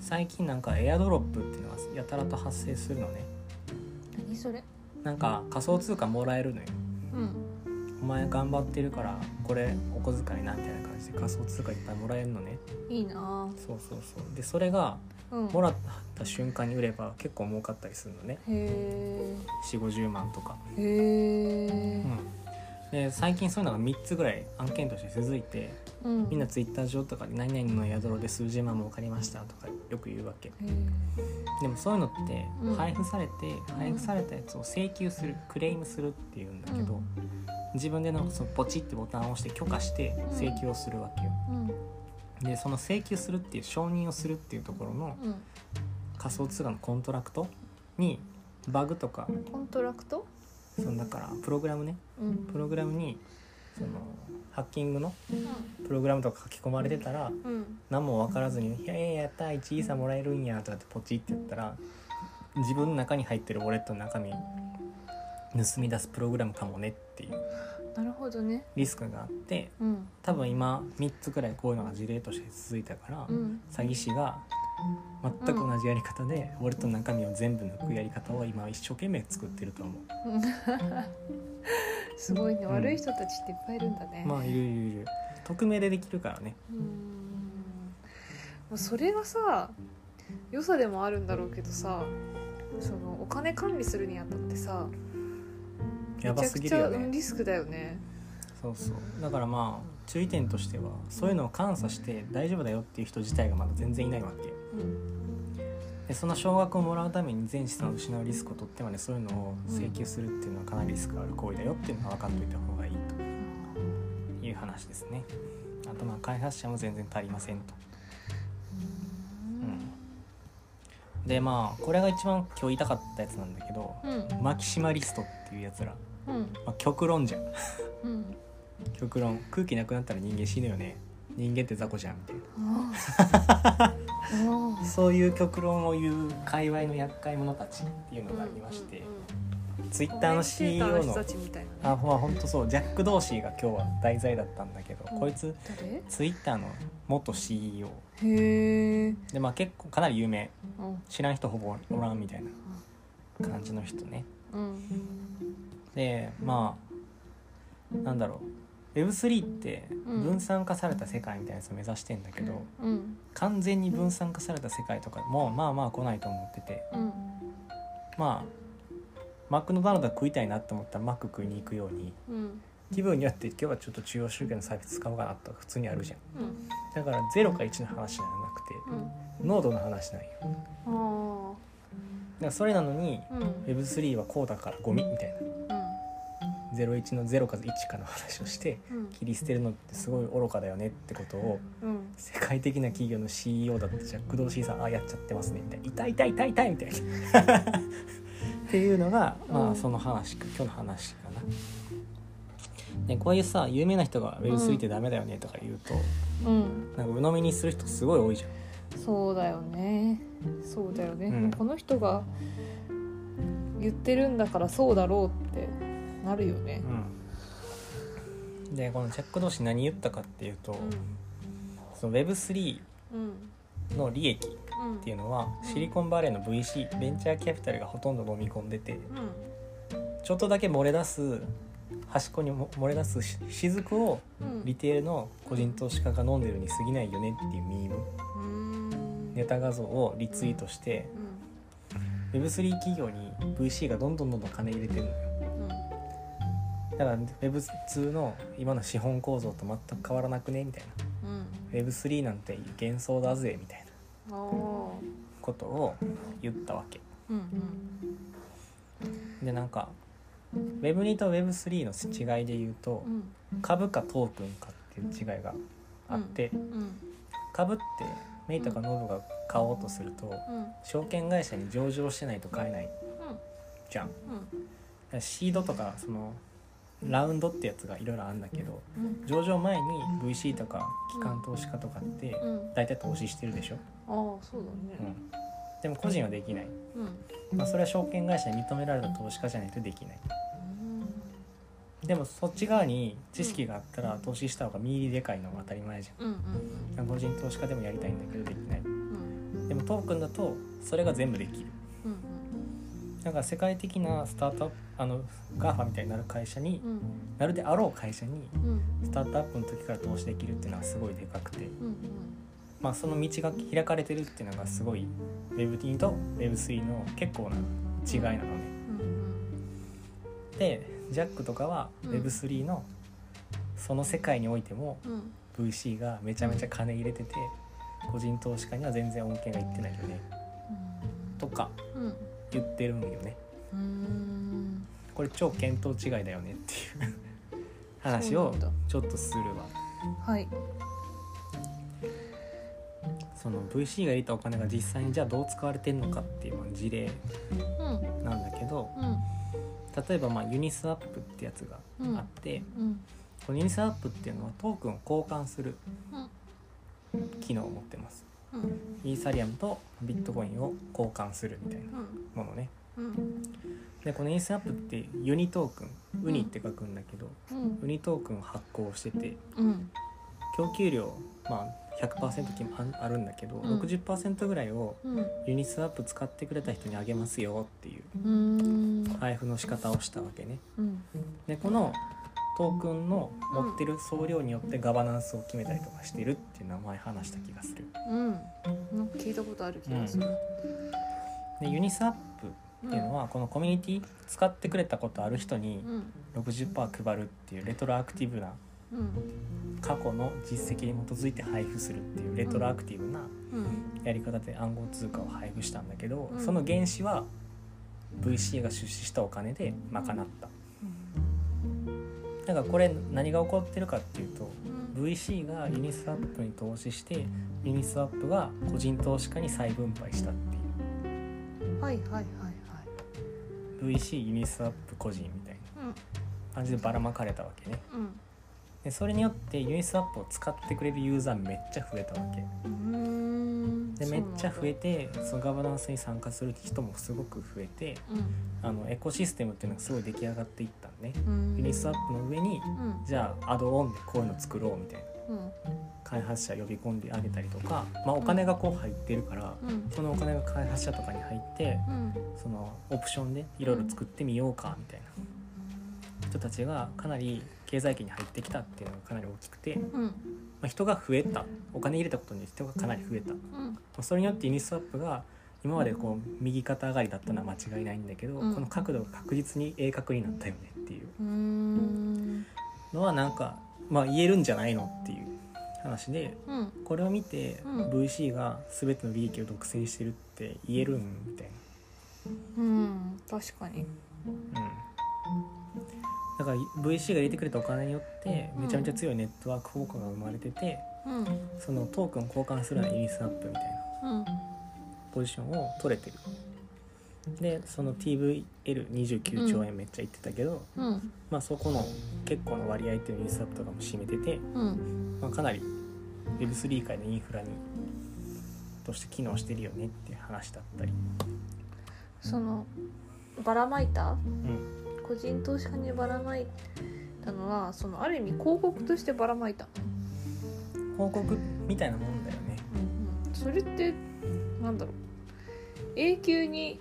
[SPEAKER 1] 最近なんかエアドロップっていうのがやたらと発生するのね
[SPEAKER 2] 何それ
[SPEAKER 1] なんか仮想通貨もらえるのよ
[SPEAKER 2] うん
[SPEAKER 1] お前頑張ってるからこれお小遣いなみたいな感じで仮想通貨いっぱいもらえるのね
[SPEAKER 2] いいな
[SPEAKER 1] そうそうそうでそれが
[SPEAKER 2] あうん
[SPEAKER 1] も
[SPEAKER 2] へ
[SPEAKER 1] らった瞬間に売れば結構儲かったりするのね
[SPEAKER 2] え
[SPEAKER 1] 4 5 0万とか、
[SPEAKER 2] へ
[SPEAKER 1] う
[SPEAKER 2] え
[SPEAKER 1] ん、で最近そういうのが3つぐらい案件として続いて
[SPEAKER 2] うん
[SPEAKER 1] みんなツイッター上とかで「何々の宿路で数十万儲かりました」とかよく言うわけ
[SPEAKER 2] へー
[SPEAKER 1] でもそういうのって
[SPEAKER 2] うん
[SPEAKER 1] 配布されて、
[SPEAKER 2] ん
[SPEAKER 1] 配布されたやつを請求するクレームするっていうんだけど、
[SPEAKER 2] う
[SPEAKER 1] 自分でなんかそのポチってボタンを押して許可して請求をするわけよ
[SPEAKER 2] うん
[SPEAKER 1] でその請求するっていう承認をするっていうところの
[SPEAKER 2] うん
[SPEAKER 1] 仮想通貨のコントラクトにバグとか
[SPEAKER 2] コントラクト
[SPEAKER 1] そのだからプログラムね
[SPEAKER 2] うん
[SPEAKER 1] プログラムにそのハッキングの
[SPEAKER 2] う
[SPEAKER 1] プログラムとか書き込まれてたら
[SPEAKER 2] んうん
[SPEAKER 1] 何も分からずに「いやいややったー1イーサもらえるんや」とかってポチってやったら自分の中に入ってるウォレットの中身盗み出すプログラムかもねっていう
[SPEAKER 2] なるほどね
[SPEAKER 1] リスクがあって
[SPEAKER 2] うん
[SPEAKER 1] 多分今3つくらいこういうのが事例として続いたから
[SPEAKER 2] うん
[SPEAKER 1] 詐欺師が全く同じやり方でウォレットの中身を全部抜くやり方を今一生懸命作ってると思う
[SPEAKER 2] うんすごいね、
[SPEAKER 1] うん
[SPEAKER 2] 悪い人たちっていっぱいいるんだね、
[SPEAKER 1] まあいるいるいる匿名でできるからね
[SPEAKER 2] うーんもうそれがさ良さでもあるんだろうけどさそのお金管理するにあたってさ
[SPEAKER 1] やばすぎるよ
[SPEAKER 2] めちゃくちゃうん
[SPEAKER 1] ね
[SPEAKER 2] リスクだよね
[SPEAKER 1] そうそうだからまあ注意点としてはそういうのを監査して大丈夫だよっていう人自体がまだ全然いないわけ
[SPEAKER 2] うん
[SPEAKER 1] でその奨学をもらうために全資産を失うリスクを取ってまでそういうのを請求するっていうのはかなりリスクがある行為だよっていうのは分かっておいた方がいいという話ですねあとまあ開発者も全然足りませんとうんでまあこれが一番今日言いたかったやつなんだけど
[SPEAKER 2] うんうん
[SPEAKER 1] マキシマリストっていうやつら、
[SPEAKER 2] うん
[SPEAKER 1] まあ、極論じゃん
[SPEAKER 2] うん
[SPEAKER 1] 極論空気なくなったら人間死ぬよね人間って雑魚じゃんみたいな
[SPEAKER 2] あ ーあー
[SPEAKER 1] そういう極論を言う界隈の厄介者たちっていうのがありまして、
[SPEAKER 2] うんうんうん
[SPEAKER 1] ツイッターの CEO
[SPEAKER 2] コメンテーター
[SPEAKER 1] の
[SPEAKER 2] の人たちみたいな
[SPEAKER 1] あまあ本当そうジャック・ドーシーが今日は題材だったんだけど、
[SPEAKER 2] うん
[SPEAKER 1] こいつ
[SPEAKER 2] 誰
[SPEAKER 1] ツイッターの元 CEO
[SPEAKER 2] へえ、
[SPEAKER 1] でまあ結構かなり有名
[SPEAKER 2] うん
[SPEAKER 1] 知らん人ほぼおらんみたいな感じの人ね
[SPEAKER 2] うん
[SPEAKER 1] でまあなんだろう Web3 って
[SPEAKER 2] うん
[SPEAKER 1] 分散化された世界みたいなやつを目指してんだけど、
[SPEAKER 2] うん
[SPEAKER 1] 完全に分散化された世界とかもまあまあ来ないと思ってて
[SPEAKER 2] うん
[SPEAKER 1] まあマクドナルド食いたいなと思ったらマック食いに行くように
[SPEAKER 2] うん
[SPEAKER 1] 気分によって今日はちょっと中央集権のサービス使おうかなとか普通にあるじゃん
[SPEAKER 2] うん
[SPEAKER 1] だから0か1の話じゃなくて
[SPEAKER 2] うん
[SPEAKER 1] 濃度の話なんよだか
[SPEAKER 2] あー
[SPEAKER 1] らそれなのに
[SPEAKER 2] うんうん
[SPEAKER 1] Web3 はこうだからゴミみたいな01の0か1かの話をして
[SPEAKER 2] うん
[SPEAKER 1] 切り捨てるのってすごい愚かだよねってことを
[SPEAKER 2] うん
[SPEAKER 1] 世界的な企業の CEO だったジャック・ドーシーさんあやっちゃってますねみたいな痛い痛い痛い痛いみたいな っていうのがま
[SPEAKER 2] う
[SPEAKER 1] あ
[SPEAKER 2] ん
[SPEAKER 1] その話か今日の話かな。ね、こういうさ有名な人が Web3 ってダメだよねとか言うと、
[SPEAKER 2] うん
[SPEAKER 1] なんか鵜呑みにする人すごい多いじゃん。
[SPEAKER 2] そうだよねそうだよね、
[SPEAKER 1] うん
[SPEAKER 2] この人が言ってるんだからそうだろうってなるよね、
[SPEAKER 1] うん、でこのジャック同士何言ったかっていうと、その Web3
[SPEAKER 2] うんうん
[SPEAKER 1] の利益っ
[SPEAKER 2] うん
[SPEAKER 1] ていう
[SPEAKER 2] う
[SPEAKER 1] のはシリコンバレーの VC ベンチャーキャピタルがほとんど飲み込んでて
[SPEAKER 2] ん
[SPEAKER 1] ちょっとだけ漏れ出す端っこにも漏れ出すし雫を
[SPEAKER 2] うん
[SPEAKER 1] リテールの個人投資家が飲んでるに過ぎないよねっていうミーム
[SPEAKER 2] うーん
[SPEAKER 1] ネタ画像をリツイートして
[SPEAKER 2] うん
[SPEAKER 1] Web3 企業に VC がどんどんどんどん金入れてるのよ。
[SPEAKER 2] うん
[SPEAKER 1] だから Web2 の今の資本構造と全く変わらなくねみたいな。
[SPEAKER 2] うん
[SPEAKER 1] Web3 なんて幻想だぜみたいな
[SPEAKER 2] あー
[SPEAKER 1] ことを言ったわけ
[SPEAKER 2] うんうん
[SPEAKER 1] でなんか Web2 と Web3 の違いで言うと
[SPEAKER 2] うん
[SPEAKER 1] 株かトークンかっていう違いがあって
[SPEAKER 2] うん
[SPEAKER 1] 株ってメイとかノブが買おうとすると
[SPEAKER 2] うん
[SPEAKER 1] 証券会社に上場してないと買えないじゃんだからシードとかそのラウンドってやつがいろいろあるんだけど
[SPEAKER 2] うんうん
[SPEAKER 1] 上場前に VC とか機関投資家とかって
[SPEAKER 2] うん
[SPEAKER 1] 大体投資してるでしょ、
[SPEAKER 2] ああそうだ
[SPEAKER 1] う
[SPEAKER 2] ね
[SPEAKER 1] ん、でも個人はできない
[SPEAKER 2] うん
[SPEAKER 1] まあ、それは証券会社に認められた投資家じゃないとできないでもそっち側に知識があったら投資した方が身入りでかいのが当たり前じ
[SPEAKER 2] うんうん
[SPEAKER 1] ゃん個人投資家でもやりたいんだけどできない
[SPEAKER 2] うんうん
[SPEAKER 1] でもトークンだとそれが全部できる
[SPEAKER 2] うん
[SPEAKER 1] なんか世界的なスタートアップあの GAFA みたいになる会社になるであろう会社に
[SPEAKER 2] うんうん
[SPEAKER 1] スタートアップの時から投資できるっていうのはすごいでかくて、
[SPEAKER 2] うん
[SPEAKER 1] まあ、その道が開かれてるっていうのがすごい Web2 と Web3 の結構な違いなのね。
[SPEAKER 2] うんうん
[SPEAKER 1] でジャックとかは
[SPEAKER 2] うん
[SPEAKER 1] Web3 のその世界においても
[SPEAKER 2] うん
[SPEAKER 1] VC がめちゃめちゃ金入れてて個人投資家には全然恩恵がいってないよねとか
[SPEAKER 2] うんうん
[SPEAKER 1] 言ってるんよね
[SPEAKER 2] うーん
[SPEAKER 1] これ超見当違いだよねっていう話を
[SPEAKER 2] そうなんだ
[SPEAKER 1] ちょっとするわ
[SPEAKER 2] はい
[SPEAKER 1] その VC が入れたお金が実際にじゃあどう使われてんのかっていうまあ事例
[SPEAKER 2] うん
[SPEAKER 1] なんだけど
[SPEAKER 2] うん
[SPEAKER 1] 例えばまあユニスワップってやつがあって、
[SPEAKER 2] うん
[SPEAKER 1] このユニスワップっていうのはトークンを交換する
[SPEAKER 2] うん
[SPEAKER 1] 機能を持ってます
[SPEAKER 2] うん
[SPEAKER 1] イーサリアムとビットコインを交換するみたいな
[SPEAKER 2] うん
[SPEAKER 1] ものね
[SPEAKER 2] うん
[SPEAKER 1] でこのイーサアップってユニトークンウニって書くんだけど
[SPEAKER 2] うん
[SPEAKER 1] ウニトークンを発行してて
[SPEAKER 2] うん
[SPEAKER 1] 供給量まあ100%きもああるんだけど、
[SPEAKER 2] うん
[SPEAKER 1] 60%ぐらいを
[SPEAKER 2] うんう
[SPEAKER 1] ユニスワップ使ってくれた人にあげますよっていう
[SPEAKER 2] ーん
[SPEAKER 1] 配布の仕方をしたわけね
[SPEAKER 2] うん
[SPEAKER 1] でこのトークンの持ってる総量によってガバナンスを決めたりとかしてるっていう名前話した気がする
[SPEAKER 2] うんなんか聞いたことある気がする
[SPEAKER 1] でユニスワップ
[SPEAKER 2] うん
[SPEAKER 1] っていうのはこのコミュニティ使ってくれたことある人に
[SPEAKER 2] うん
[SPEAKER 1] 60%配るっていうレトロアクティブな
[SPEAKER 2] うん
[SPEAKER 1] 過去の実績に基づいて配布するっていうレトロアクティブな
[SPEAKER 2] うん
[SPEAKER 1] やり方で暗号通貨を配布したんだけど、
[SPEAKER 2] うん
[SPEAKER 1] その原資は VC が出資したお金で賄っただからこれ何が起こってるかっていうと
[SPEAKER 2] うん
[SPEAKER 1] VC がユニスワップに投資してユニスワップが個人投資家に再分配したってい
[SPEAKER 2] はいはいはいはいう
[SPEAKER 1] VC ユニスワップ個人みたいな感じでばらまかれたわけね
[SPEAKER 2] うん
[SPEAKER 1] でそれによってユニスワップを使ってくれるユーザーめっちゃ増えたわけ
[SPEAKER 2] うんうーん
[SPEAKER 1] でめっちゃ増え
[SPEAKER 2] て
[SPEAKER 1] てそのガバナンスに参加する人もすごく増えてあのエコシステムっていうのがすごい出来上がっていったんね
[SPEAKER 2] うん
[SPEAKER 1] ユニスワップの上に
[SPEAKER 2] うん
[SPEAKER 1] じゃあアドオンでこういうの作ろうみたいな
[SPEAKER 2] うん
[SPEAKER 1] 開発者呼び込んであげたりとか、まあ、お金がこう入ってるから
[SPEAKER 2] うん
[SPEAKER 1] そのお金が開発者とかに入って
[SPEAKER 2] うん
[SPEAKER 1] そのオプションでいろいろ作ってみようかみたいな人たちがかなり経済圏に入ってきたっていうのがかなり大きくて、ま
[SPEAKER 2] うん
[SPEAKER 1] あ、人が増えたお金入れたことによって人がかなり増えた
[SPEAKER 2] うん
[SPEAKER 1] まあそれによってユニスワップが今までこう右肩上がりだったのは間違いないんだけど、
[SPEAKER 2] うん
[SPEAKER 1] この角度が確実に鋭角になったよねっていう
[SPEAKER 2] うーん
[SPEAKER 1] のはなんか、まあ、言えるんじゃないのっていう話で
[SPEAKER 2] うん
[SPEAKER 1] これを見て
[SPEAKER 2] うん
[SPEAKER 1] VC が全ての利益を独占してるって言えるんみたい
[SPEAKER 2] うん確かに
[SPEAKER 1] な。うんだから VC が入れてくれたお金によってめちゃめちゃ強いネットワーク効果が生まれてて
[SPEAKER 2] うんうん
[SPEAKER 1] そのトークン交換するのはユニスワップみたいなポジションを取れてるでその TVL29 兆円めっちゃ言ってたけど、
[SPEAKER 2] うん
[SPEAKER 1] まあそこの結構な割合っていうのをインスタップとかも占めてて、
[SPEAKER 2] うん
[SPEAKER 1] まあ、かなり Web3 界のインフラにとして機能してるよねっていう話だったり、
[SPEAKER 2] そのばらまいた
[SPEAKER 1] うん、
[SPEAKER 2] 個人投資家にばらまいたのはそのある意味広告としてばらまいた、
[SPEAKER 1] 広告みたいなもんだよね
[SPEAKER 2] それってなんだろう永久に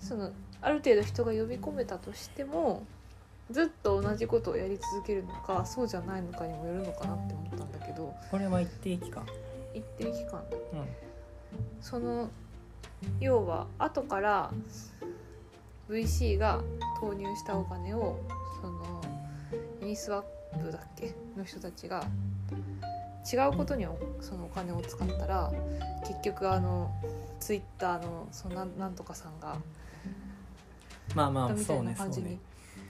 [SPEAKER 2] そのある程度人が呼び込めたとしてもずっと同じことをやり続けるのかそうじゃないのかにもよるのかなって思ったんだけど
[SPEAKER 1] これは一定期間、
[SPEAKER 2] 一定期間
[SPEAKER 1] うん
[SPEAKER 2] その要は後から VC が投入したお金をそのユニスワップだっけの人たちが違うことにおそのお金を使ったら結局あのツイッターのそのなんなんとかさんが
[SPEAKER 1] まあまあ
[SPEAKER 2] みた
[SPEAKER 1] そ
[SPEAKER 2] いうな
[SPEAKER 1] ねそ
[SPEAKER 2] 感
[SPEAKER 1] う
[SPEAKER 2] じに
[SPEAKER 1] ね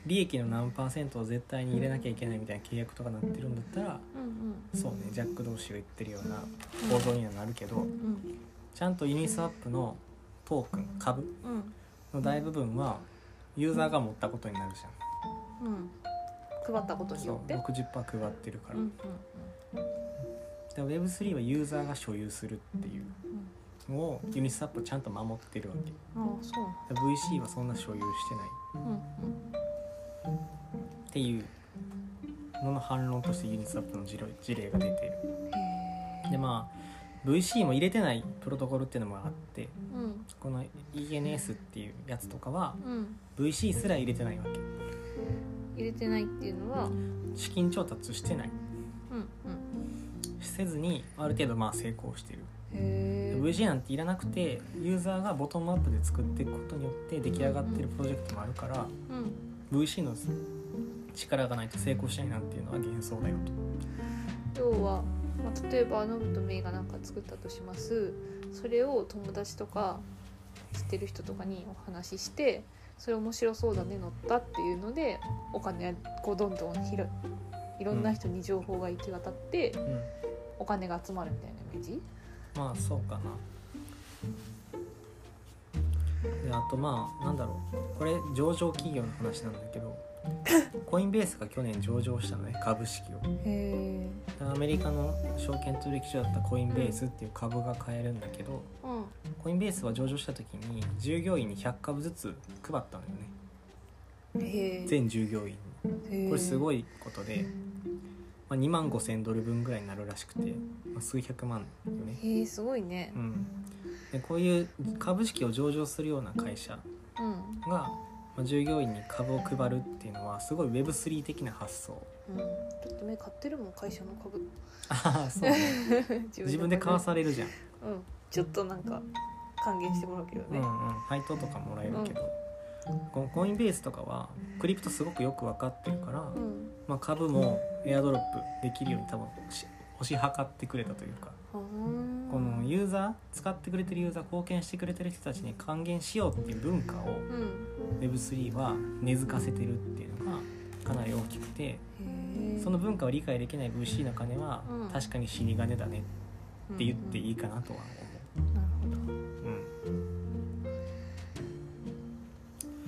[SPEAKER 1] 利益の何パーセントを絶対に入れなきゃいけないみたいな契約とかなってるんだったら
[SPEAKER 2] うんうん
[SPEAKER 1] そうねジャック同士が言ってるような構造にはなるけど
[SPEAKER 2] うん
[SPEAKER 1] ちゃんとユニスワップのトークン株
[SPEAKER 2] うん
[SPEAKER 1] の大部分はユーザーが持ったことになるじゃん
[SPEAKER 2] うん配ったことに
[SPEAKER 1] そう
[SPEAKER 2] よって
[SPEAKER 1] 60%配ってるから、
[SPEAKER 2] うん
[SPEAKER 1] で Web3 はユーザーが所有するっていう
[SPEAKER 2] うんうん
[SPEAKER 1] のをユニスワップはちゃんと守ってるわけ
[SPEAKER 2] ああそう
[SPEAKER 1] で VC はそんな所有してない
[SPEAKER 2] うん
[SPEAKER 1] っていうのの反論としてユニスワップの事例事例が出ている
[SPEAKER 2] うんへえ
[SPEAKER 1] でまあ VC も入れてないプロトコルっていうのもあって
[SPEAKER 2] うん
[SPEAKER 1] この ENS っていうやつとかは
[SPEAKER 2] うん、
[SPEAKER 1] VC すら入れてないわけ
[SPEAKER 2] 入れてないっていうのは、うん
[SPEAKER 1] 資金調達してないせずにある程度まあ成功してる
[SPEAKER 2] うん、へえ
[SPEAKER 1] VC なんていらなくてユーザーがボトムアップで作っていくことによって出来上がってるプロジェクトもあるから
[SPEAKER 2] うん、
[SPEAKER 1] VC の力がないと成功しないなんていうのは幻想だよと
[SPEAKER 2] 要は、まあ、例えばノブとメイが何か作ったとしますそれを友達とか知ってる人とかにお話ししてそれ面白そうだね乗ったっていうのでお金がこうどんどん広いいろんな人に情報が行き渡って、
[SPEAKER 1] うん
[SPEAKER 2] お金が集まるみたいなイメージ
[SPEAKER 1] まあそうかなであとまあなんだろうこれ上場企業の話なんだけどコインベースが去年上場したのね株式を
[SPEAKER 2] へえ
[SPEAKER 1] アメリカの証券取引所だったコインベースっていう株が買えるんだけど
[SPEAKER 2] うん
[SPEAKER 1] コインベースは上場した時に従業員に100株ずつ配ったのよね
[SPEAKER 2] へえ
[SPEAKER 1] 全従業員にこれす
[SPEAKER 2] い
[SPEAKER 1] ごいことで、まあ、2万5,000ドル分ぐらいになるらしくて、まあ、数百万よね
[SPEAKER 2] へえすごいね
[SPEAKER 1] うん、でこういう株式を上場するような会社
[SPEAKER 2] うん
[SPEAKER 1] が、まあ、従業員に株を配るっていうのはすごい Web3 的な発想
[SPEAKER 2] うん、ちょっと目買ってるもん会社の株
[SPEAKER 1] ああそうね 自分で買わさ
[SPEAKER 2] れ
[SPEAKER 1] れるじゃん、
[SPEAKER 2] うんちょっとなんか還元してもらうけど
[SPEAKER 1] う
[SPEAKER 2] ね、
[SPEAKER 1] んうん、配当とかもらえるけど、このコインベースとかはクリプトすごくよく分かってるから、
[SPEAKER 2] うん
[SPEAKER 1] まあ、株もエアドロップできるように多分し推し量ってくれたというか
[SPEAKER 2] ふーん
[SPEAKER 1] このユーザー使ってくれてるユーザー貢献してくれてる人たちに還元しようっていう文化を
[SPEAKER 2] うん
[SPEAKER 1] Web3 は根付かせてるっていうのがかなり大きくて
[SPEAKER 2] へえ
[SPEAKER 1] その文化を理解できない VC の金は
[SPEAKER 2] うん
[SPEAKER 1] 確かに死に金だねって言ってい
[SPEAKER 2] い、
[SPEAKER 1] いかなとは
[SPEAKER 2] うんなるほ
[SPEAKER 1] 思
[SPEAKER 2] ど
[SPEAKER 1] う。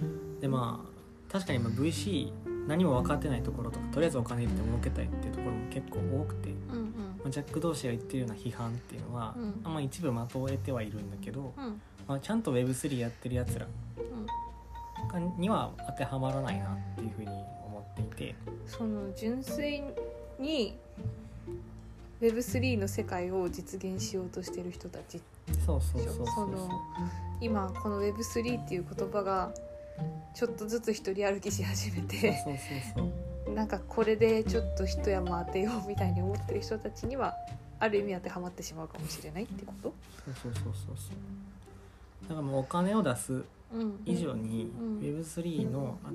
[SPEAKER 1] うん、でまあ確かにまあ VC 何も分かってないところとかとりあえずお金入れて儲けたいっていうところも結構多くて、ま
[SPEAKER 2] うん
[SPEAKER 1] あ、ジャック同士が言ってるような批判っていうのは、
[SPEAKER 2] うん
[SPEAKER 1] あんま一部まとえてはいるんだけど、
[SPEAKER 2] うんうん
[SPEAKER 1] まあ、ちゃんと Web3 やってるやつら
[SPEAKER 2] うん
[SPEAKER 1] には当てはまらないなっていうふうに思っていて
[SPEAKER 2] その純粋に Web3 の世界を実現しようとしてる人たち
[SPEAKER 1] そうそうそうそう
[SPEAKER 2] その今この Web3 っていう言葉がちょっとずつ一人歩きし始め
[SPEAKER 1] そう
[SPEAKER 2] て
[SPEAKER 1] そうそう
[SPEAKER 2] なんかこれでちょっと一山当てようみたいに思ってる人たちにはある意味当てはまってしまうかもしれないってこと
[SPEAKER 1] そうそうそうそうそうそうだからもうお金を出す
[SPEAKER 2] うん
[SPEAKER 1] 以上に
[SPEAKER 2] うん
[SPEAKER 1] Web3 のあ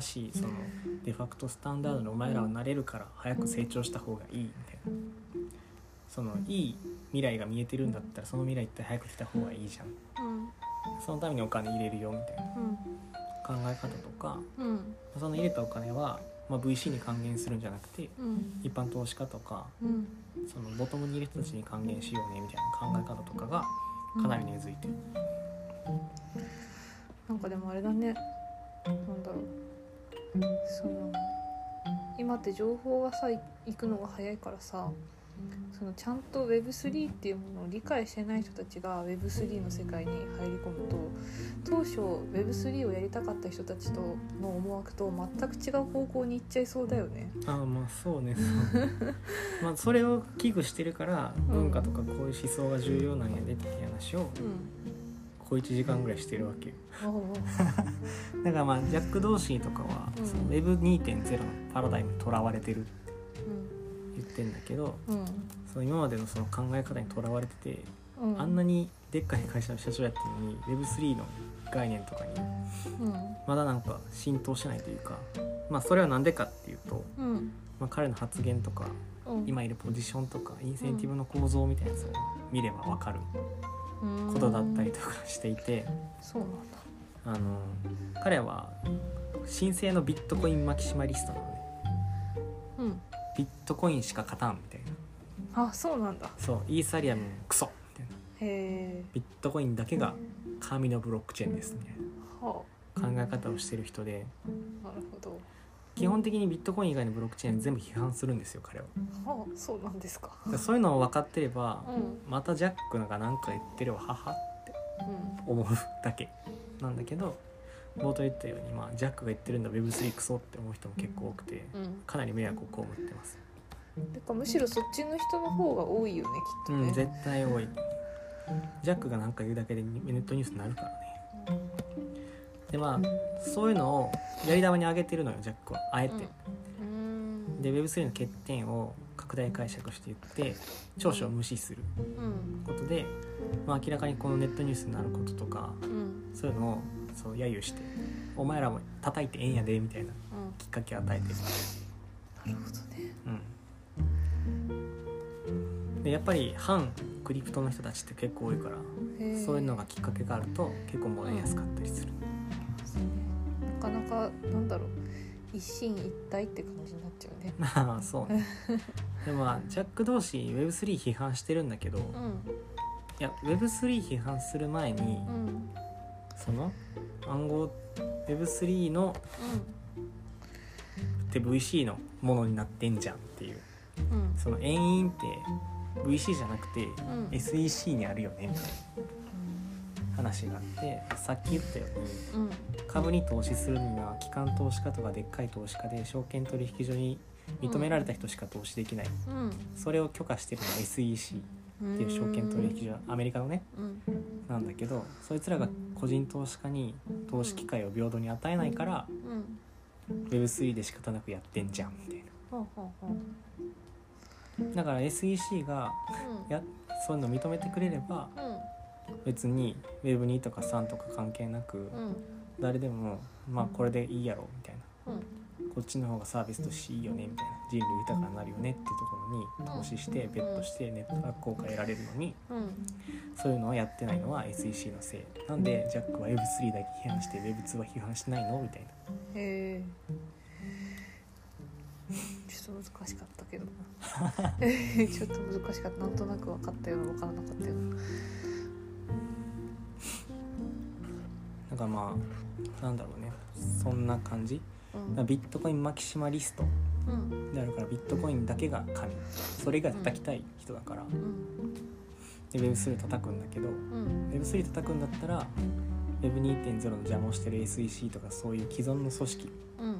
[SPEAKER 1] 新しいそのデファクトスタンダードのお前らはなれるから早く成長した方がいいみたいなそのいい未来が見えてるんだったらその未来って早く来た方がいいじゃん
[SPEAKER 2] うん
[SPEAKER 1] そのためにお金入れるよみたいな考え方とか
[SPEAKER 2] うんうん
[SPEAKER 1] その入れたお金は、まあ、VC に還元するんじゃなくて
[SPEAKER 2] うん
[SPEAKER 1] 一般投資家とか
[SPEAKER 2] うん
[SPEAKER 1] そのボトムにいる人たちに還元しようねみたいな考え方とかがかなり根付いてる、
[SPEAKER 2] なんかでもあれだねなんだろうその今って情報がさい行くのが早いからさそのちゃんと Web3 っていうものを理解してない人たちが Web3 の世界に入り込むと当初 Web3 をやりたかった人たちとの思惑と全く違う方向に行っちゃいそうだよね。
[SPEAKER 1] ああまあそうねそう まあそれを危惧してるから文化とかこういう思想が重要なんやでっていう話を
[SPEAKER 2] うん、
[SPEAKER 1] 小1時間ぐらいしてるわけよ
[SPEAKER 2] おうおう
[SPEAKER 1] だからまあジャック・ドーシーとかは
[SPEAKER 2] うん
[SPEAKER 1] その Web2.0 のパラダイムにとらわれてるって言ってんだけど
[SPEAKER 2] うん
[SPEAKER 1] その今までのその考え方にとらわれてて
[SPEAKER 2] うんうん
[SPEAKER 1] あんなにでっかい会社の社長やってるのに Web3 の概念とかに
[SPEAKER 2] うん
[SPEAKER 1] まだなんか浸透してないというかまあそれは何でかっていうと、
[SPEAKER 2] うん
[SPEAKER 1] まあ、彼の発言とか
[SPEAKER 2] うん
[SPEAKER 1] 今いるポジションとかインセンティブの構造みたいなやつを見れば分かることだったり
[SPEAKER 2] うん
[SPEAKER 1] とかしていて
[SPEAKER 2] そうなんだ
[SPEAKER 1] あの彼は新生のビットコインマキシマリストなのね
[SPEAKER 2] うん
[SPEAKER 1] ビットコインしか勝たんみたいな
[SPEAKER 2] あそうなんだ
[SPEAKER 1] そうイーサリアムクソみたいな
[SPEAKER 2] へえ
[SPEAKER 1] ビットコインだけが神のブロックチェーンですみたいな
[SPEAKER 2] は
[SPEAKER 1] 考え方をしてる人で
[SPEAKER 2] あなるほど
[SPEAKER 1] 基本的にビットコイン以外のブロックチェーン全部批判するんですよ彼は。
[SPEAKER 2] はあそうなんですか
[SPEAKER 1] でそういうのを分かってれば
[SPEAKER 2] うんうん
[SPEAKER 1] またジャックなんか何か言ってるわ母って思うだけなんだけど冒頭言ったように、まあ、ジャックが言ってるんだ Web3 クソって思う人も結構多くて
[SPEAKER 2] うん
[SPEAKER 1] かなり迷惑を被ってます、
[SPEAKER 2] てかむしろそっちの人の方が多いよねきっ
[SPEAKER 1] う
[SPEAKER 2] とね、
[SPEAKER 1] ん、絶対多いジャックが何か言うだけでネットニュースになるからねでまあそういうのをやり玉に上げてるのよジャックはあえて、
[SPEAKER 2] うん
[SPEAKER 1] で Web3 の欠点を拡大解釈して言って長所を無視する
[SPEAKER 2] うん
[SPEAKER 1] ことで、まあ、明らかにこのネットニュースになることとか
[SPEAKER 2] うんうん
[SPEAKER 1] そういうのをそう揶揄して「お前らも叩いてええんやで」みたいなきっかけを与えてる、
[SPEAKER 2] なるほどね
[SPEAKER 1] うん、でやっぱり反クリプトの人たちって結構多いから、
[SPEAKER 2] へー
[SPEAKER 1] そういうのがきっかけがあると結構燃えやすかったりする、
[SPEAKER 2] なかなかなんだろう一心一体って感じになっちゃうね
[SPEAKER 1] まあそうねでもまあジャック同士 Web3 批判してるんだけど、
[SPEAKER 2] う
[SPEAKER 1] いや Web3 批判する前に、
[SPEAKER 2] んうん
[SPEAKER 1] その暗号 Web3 のって VC のものになってんじゃんっていう
[SPEAKER 2] うんうん
[SPEAKER 1] その遠因って VC じゃなくて
[SPEAKER 2] うん
[SPEAKER 1] SEC にあるよねみたいな話があってさっき言ったように
[SPEAKER 2] うん
[SPEAKER 1] 株に投資するには機関投資家とかでっかい投資家で証券取引所に認められた人しか投資できない、
[SPEAKER 2] うん
[SPEAKER 1] それを許可してるのが SEC
[SPEAKER 2] うん
[SPEAKER 1] っていう証券取引所アメリカのね
[SPEAKER 2] うん
[SPEAKER 1] なんだけどそいつらが個人投資家に投資機会を平等に与えないから
[SPEAKER 2] うん
[SPEAKER 1] Web3 で仕方なくやってんじゃんみたい
[SPEAKER 2] ほうほうほう
[SPEAKER 1] なだから SEC が
[SPEAKER 2] うん
[SPEAKER 1] やそういうの認めてくれれば別に Web2 とか3とか関係なく
[SPEAKER 2] うんうん
[SPEAKER 1] 誰でもまあこれでいいやろみたいな
[SPEAKER 2] うん
[SPEAKER 1] こっちの方がサービスとしていいよねみたいな人類豊かになるよねっていうところに投資してベットしてネットワーク効果得られるのに
[SPEAKER 2] うん
[SPEAKER 1] そういうのをやってないのは SEC のせいなんでジャックは Web3 だけ批判して Web2 は批判しないのみたいな
[SPEAKER 2] へえちょっと難しかったけど ちょっと難しかったなんとなく分かったような分からなかったような
[SPEAKER 1] だからまあなんだろうねそんな感じ
[SPEAKER 2] うん
[SPEAKER 1] ビットコインマキシマリスト
[SPEAKER 2] うん
[SPEAKER 1] であるからビットコインだけが神それが叩きたい人だから
[SPEAKER 2] うん
[SPEAKER 1] で Web3 叩くんだけど
[SPEAKER 2] うん
[SPEAKER 1] Web3 叩くんだったら Web2.0 の邪魔をしてる SEC とかそういう既存の組織
[SPEAKER 2] うん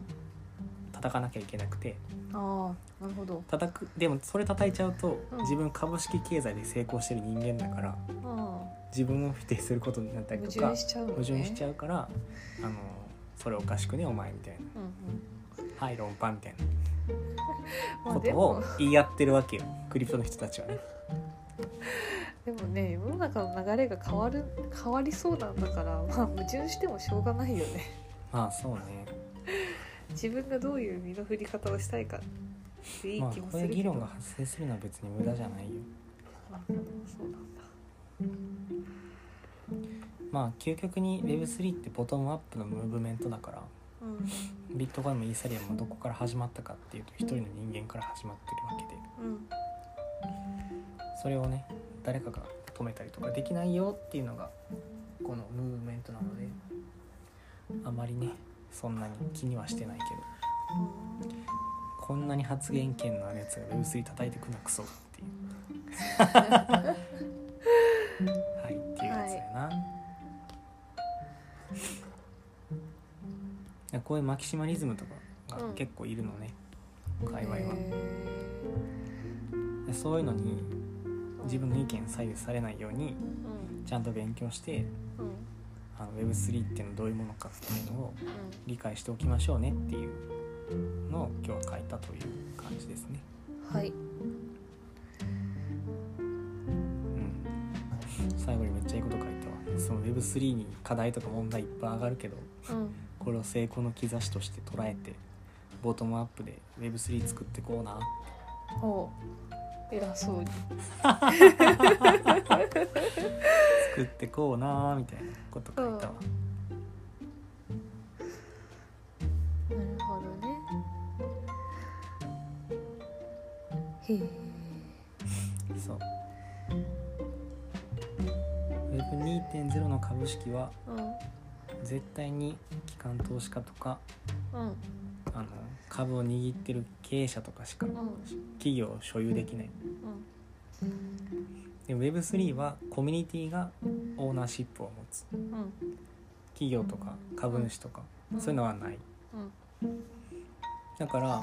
[SPEAKER 1] 叩かなきゃいけなくて
[SPEAKER 2] ああなるほど
[SPEAKER 1] 叩くでもそれ叩いちゃうと
[SPEAKER 2] うん
[SPEAKER 1] 自分株式経済で成功してる人間だから
[SPEAKER 2] あ
[SPEAKER 1] 自分を否定することになった
[SPEAKER 2] あ
[SPEAKER 1] り
[SPEAKER 2] 矛
[SPEAKER 1] とか
[SPEAKER 2] 盾しちゃうのね
[SPEAKER 1] 矛盾しち
[SPEAKER 2] ゃう
[SPEAKER 1] ゃうからあのそれおかしくねお前みたいな
[SPEAKER 2] うんうん
[SPEAKER 1] はい論破みたいなこ
[SPEAKER 2] まあ
[SPEAKER 1] と
[SPEAKER 2] で
[SPEAKER 1] を
[SPEAKER 2] も
[SPEAKER 1] 言い合ってるわけよクリプトの人たちはね。
[SPEAKER 2] でもね世の中の流れが変わる変わりそうなんだからまあ矛盾してもしょうがないよね
[SPEAKER 1] まあそうね
[SPEAKER 2] 自分がどういう身の振り方をしたいかっていい
[SPEAKER 1] まあ
[SPEAKER 2] 気
[SPEAKER 1] こ
[SPEAKER 2] も
[SPEAKER 1] う
[SPEAKER 2] す
[SPEAKER 1] いう
[SPEAKER 2] る
[SPEAKER 1] 議
[SPEAKER 2] けど、
[SPEAKER 1] 論が発生するのは別に無駄じゃないよ。
[SPEAKER 2] なるほどそうなんだ
[SPEAKER 1] まあ究極に Web3 ってボトムアップのムーブメントだから
[SPEAKER 2] う
[SPEAKER 1] ビットコインもイーサリアムもどこから始まったかっていうと一人の人間から始まってるわけで
[SPEAKER 2] んうん
[SPEAKER 1] それをね誰かが止めたりとかできないよっていうのがこのムーブメントなのであまりねそんなに気にはしてないけどこんなに発言権のあるやつが Web3 叩いてくんなクソっていうはいっていうやつだよな、いやこういうマキシマリズムとかが結構いるのね、界隈は、でそういうのに自分の意見左右されないように
[SPEAKER 2] うん
[SPEAKER 1] ちゃんと勉強して
[SPEAKER 2] うん
[SPEAKER 1] あの Web3 っていうのはどういうものかっていうのを
[SPEAKER 2] うん
[SPEAKER 1] 理解しておきましょうねっていうのを今日は書いたという感じですね。
[SPEAKER 2] はい
[SPEAKER 1] うん、最後にめっちゃいいこと書いたわその Web3 に課題とか問題いっぱい上がるけど
[SPEAKER 2] うん
[SPEAKER 1] これを成功の兆しとして捉えてボトムアップで Web3 作ってこうな
[SPEAKER 2] お偉そうに
[SPEAKER 1] 作ってこうなみたいなこと書いたわ。
[SPEAKER 2] なるほどねへえ
[SPEAKER 1] そう Web2.0 の株式は
[SPEAKER 2] う
[SPEAKER 1] 絶対に機関投資家とか
[SPEAKER 2] んうん
[SPEAKER 1] あの株を握ってる経営者とかしか
[SPEAKER 2] ん
[SPEAKER 1] 企業を所有できない
[SPEAKER 2] うん
[SPEAKER 1] で Web3 はコミュニティがオーナーシップを持つ
[SPEAKER 2] うん
[SPEAKER 1] 企業とか株主とか
[SPEAKER 2] うん
[SPEAKER 1] そういうのはない
[SPEAKER 2] うん
[SPEAKER 1] だから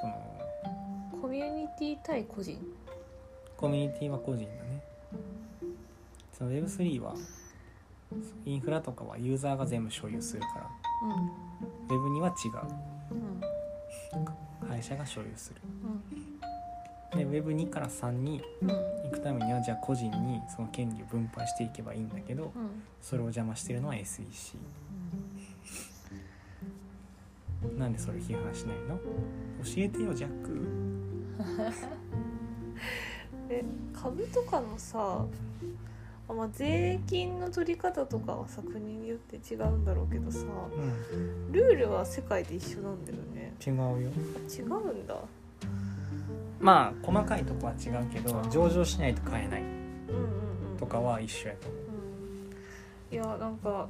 [SPEAKER 1] その
[SPEAKER 2] コミュニティ対個人
[SPEAKER 1] コミュニティは個人だねその Web3 はインフラとかはユーザーが全部所有するから
[SPEAKER 2] うん
[SPEAKER 1] Web2 は違
[SPEAKER 2] うん
[SPEAKER 1] う会社が所有する
[SPEAKER 2] うん
[SPEAKER 1] で Web2 から3に
[SPEAKER 2] うん
[SPEAKER 1] 行くためにはじゃあ個人にその権利を分配していけばいいんだけど
[SPEAKER 2] うん
[SPEAKER 1] それを邪魔してるのは SEC なんでそれ批判しないの教えてよジャック
[SPEAKER 2] え株とかのさあまあ税金の取り方とかはさ国によって違うんだろうけどさ
[SPEAKER 1] うん
[SPEAKER 2] ルールは世界で一緒なんだよね
[SPEAKER 1] 違うよ
[SPEAKER 2] 違うんだ
[SPEAKER 1] まあ細かいとこは違うけど上場しないと買えない
[SPEAKER 2] うんうんうん
[SPEAKER 1] とかは一緒やと思う
[SPEAKER 2] うんいやなんか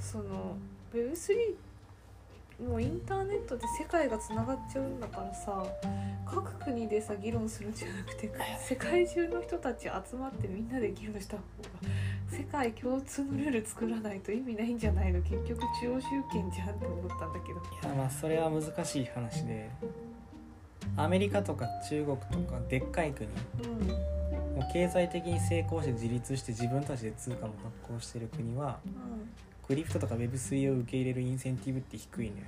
[SPEAKER 2] その Web3 もうインターネットで世界がつながっちゃうんだからさ各国でさ議論するんじゃなくて世界中の人たち集まってみんなで議論した方が世界共通のルール作らないと意味ないんじゃないの結局中央集権じゃんって思ったんだけど。
[SPEAKER 1] いやまあそれは難しい話でアメリカとか中国とかでっかい国
[SPEAKER 2] うん
[SPEAKER 1] もう経済的に成功して自立して自分たちで通貨も発行してる国は
[SPEAKER 2] うん、
[SPEAKER 1] クリプトとか Web3 を受け入れるインセンティブって低いのよ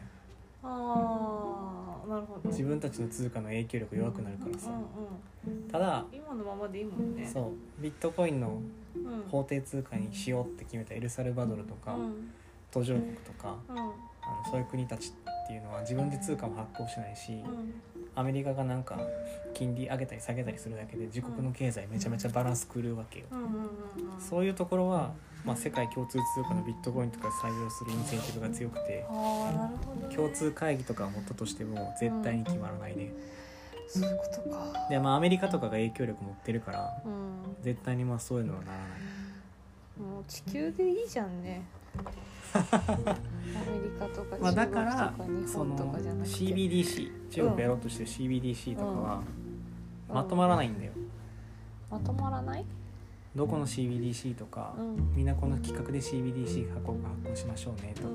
[SPEAKER 2] あーなるほど
[SPEAKER 1] 自分たちの通貨の影響力弱くなるからさ
[SPEAKER 2] うんうん
[SPEAKER 1] ただ
[SPEAKER 2] 今のままでいいもんね。
[SPEAKER 1] そうビットコインの
[SPEAKER 2] うん、うん
[SPEAKER 1] 法定通貨にしようって決めたエルサルバドルとか途上国とか
[SPEAKER 2] うん
[SPEAKER 1] あのそういう国たちっていうのは自分で通貨も発行しないし
[SPEAKER 2] うん
[SPEAKER 1] アメリカがなんか金利上げたり下げたりするだけで自国の経済めちゃめちゃバランス狂うわけよ
[SPEAKER 2] うんうんうんうん
[SPEAKER 1] そういうところは、まあ、世界共通通貨のビットコインとか採用するインセンティブが強くて
[SPEAKER 2] ああなるほど、ね、
[SPEAKER 1] 共通会議とかを持ったとしても絶対に決まらないね
[SPEAKER 2] そういうことか
[SPEAKER 1] でまあアメリカとかが影響力持ってるから
[SPEAKER 2] うん
[SPEAKER 1] 絶対にまあそういうのはならない
[SPEAKER 2] もう地球でいいじゃんねアメリカとか
[SPEAKER 1] まあ、だ
[SPEAKER 2] 中国と
[SPEAKER 1] から
[SPEAKER 2] か日
[SPEAKER 1] そ
[SPEAKER 2] 本
[SPEAKER 1] の
[SPEAKER 2] とかじゃなくて、
[SPEAKER 1] CBDC 中国やろうとしてる CBDC とかは
[SPEAKER 2] うん
[SPEAKER 1] まとまらないんだよ
[SPEAKER 2] まとまらない
[SPEAKER 1] どこの CBDC とか
[SPEAKER 2] うん
[SPEAKER 1] みんなこの企画で CBDC 発行発行しましょうねと
[SPEAKER 2] う
[SPEAKER 1] か
[SPEAKER 2] ん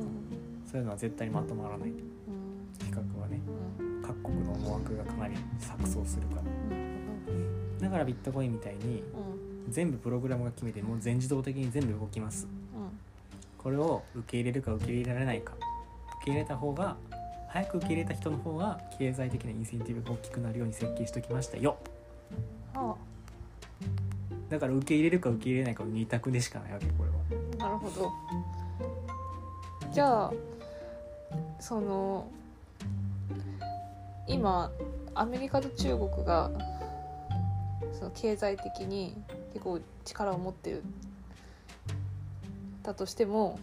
[SPEAKER 1] そういうのは絶対にまとまらない
[SPEAKER 2] うん
[SPEAKER 1] 企画はね
[SPEAKER 2] うん
[SPEAKER 1] 各国の思惑がかなり錯綜するからだからビットコインみたいに
[SPEAKER 2] うん
[SPEAKER 1] 全部プログラムが決めてもう全自動的に全部動きますこれを受け入れるか受け入れられないか受け入れた方が早く受け入れた人の方が経済的なインセンティブが大きくなるように設計しときましたよ
[SPEAKER 2] あ
[SPEAKER 1] だから受け入れるか受け入れないかの二択でしかないわけこれは
[SPEAKER 2] あなるほどじゃあその今アメリカと中国がその経済的に結構力を持ってるだとしても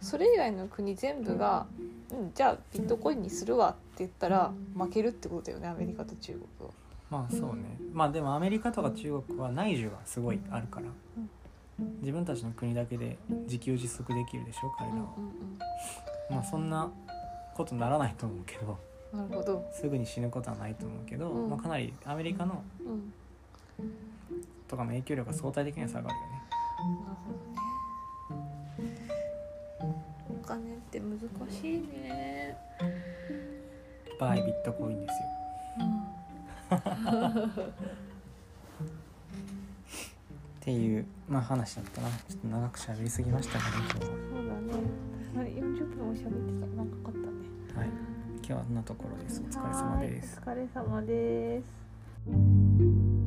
[SPEAKER 2] それ以外の国全部が「うんじゃあビットコインにするわ」って言ったら負けるってことだよねアメリカと中国は。
[SPEAKER 1] まあそうねまあでもアメリカとか中国は内需がすごいあるから自分たちの国だけで自給自足できるでしょ彼らはまあそんなことならないと思うけど
[SPEAKER 2] なるほど、
[SPEAKER 1] すぐに死ぬことはないと思うけど、
[SPEAKER 2] うん
[SPEAKER 1] まあ、かなりアメリカの
[SPEAKER 2] うん、
[SPEAKER 1] とかの影響力が相対的には下がるよね
[SPEAKER 2] なるほどね。お金って難しいね。
[SPEAKER 1] バイビットコインですよっていう、まあ、話だったなちょっと長く喋りすぎましたね今日は
[SPEAKER 2] そうだね。四十分も喋ってた。なんかかったね。
[SPEAKER 1] はい今日はこんなところですお疲れ様です
[SPEAKER 2] はいお疲れ様です。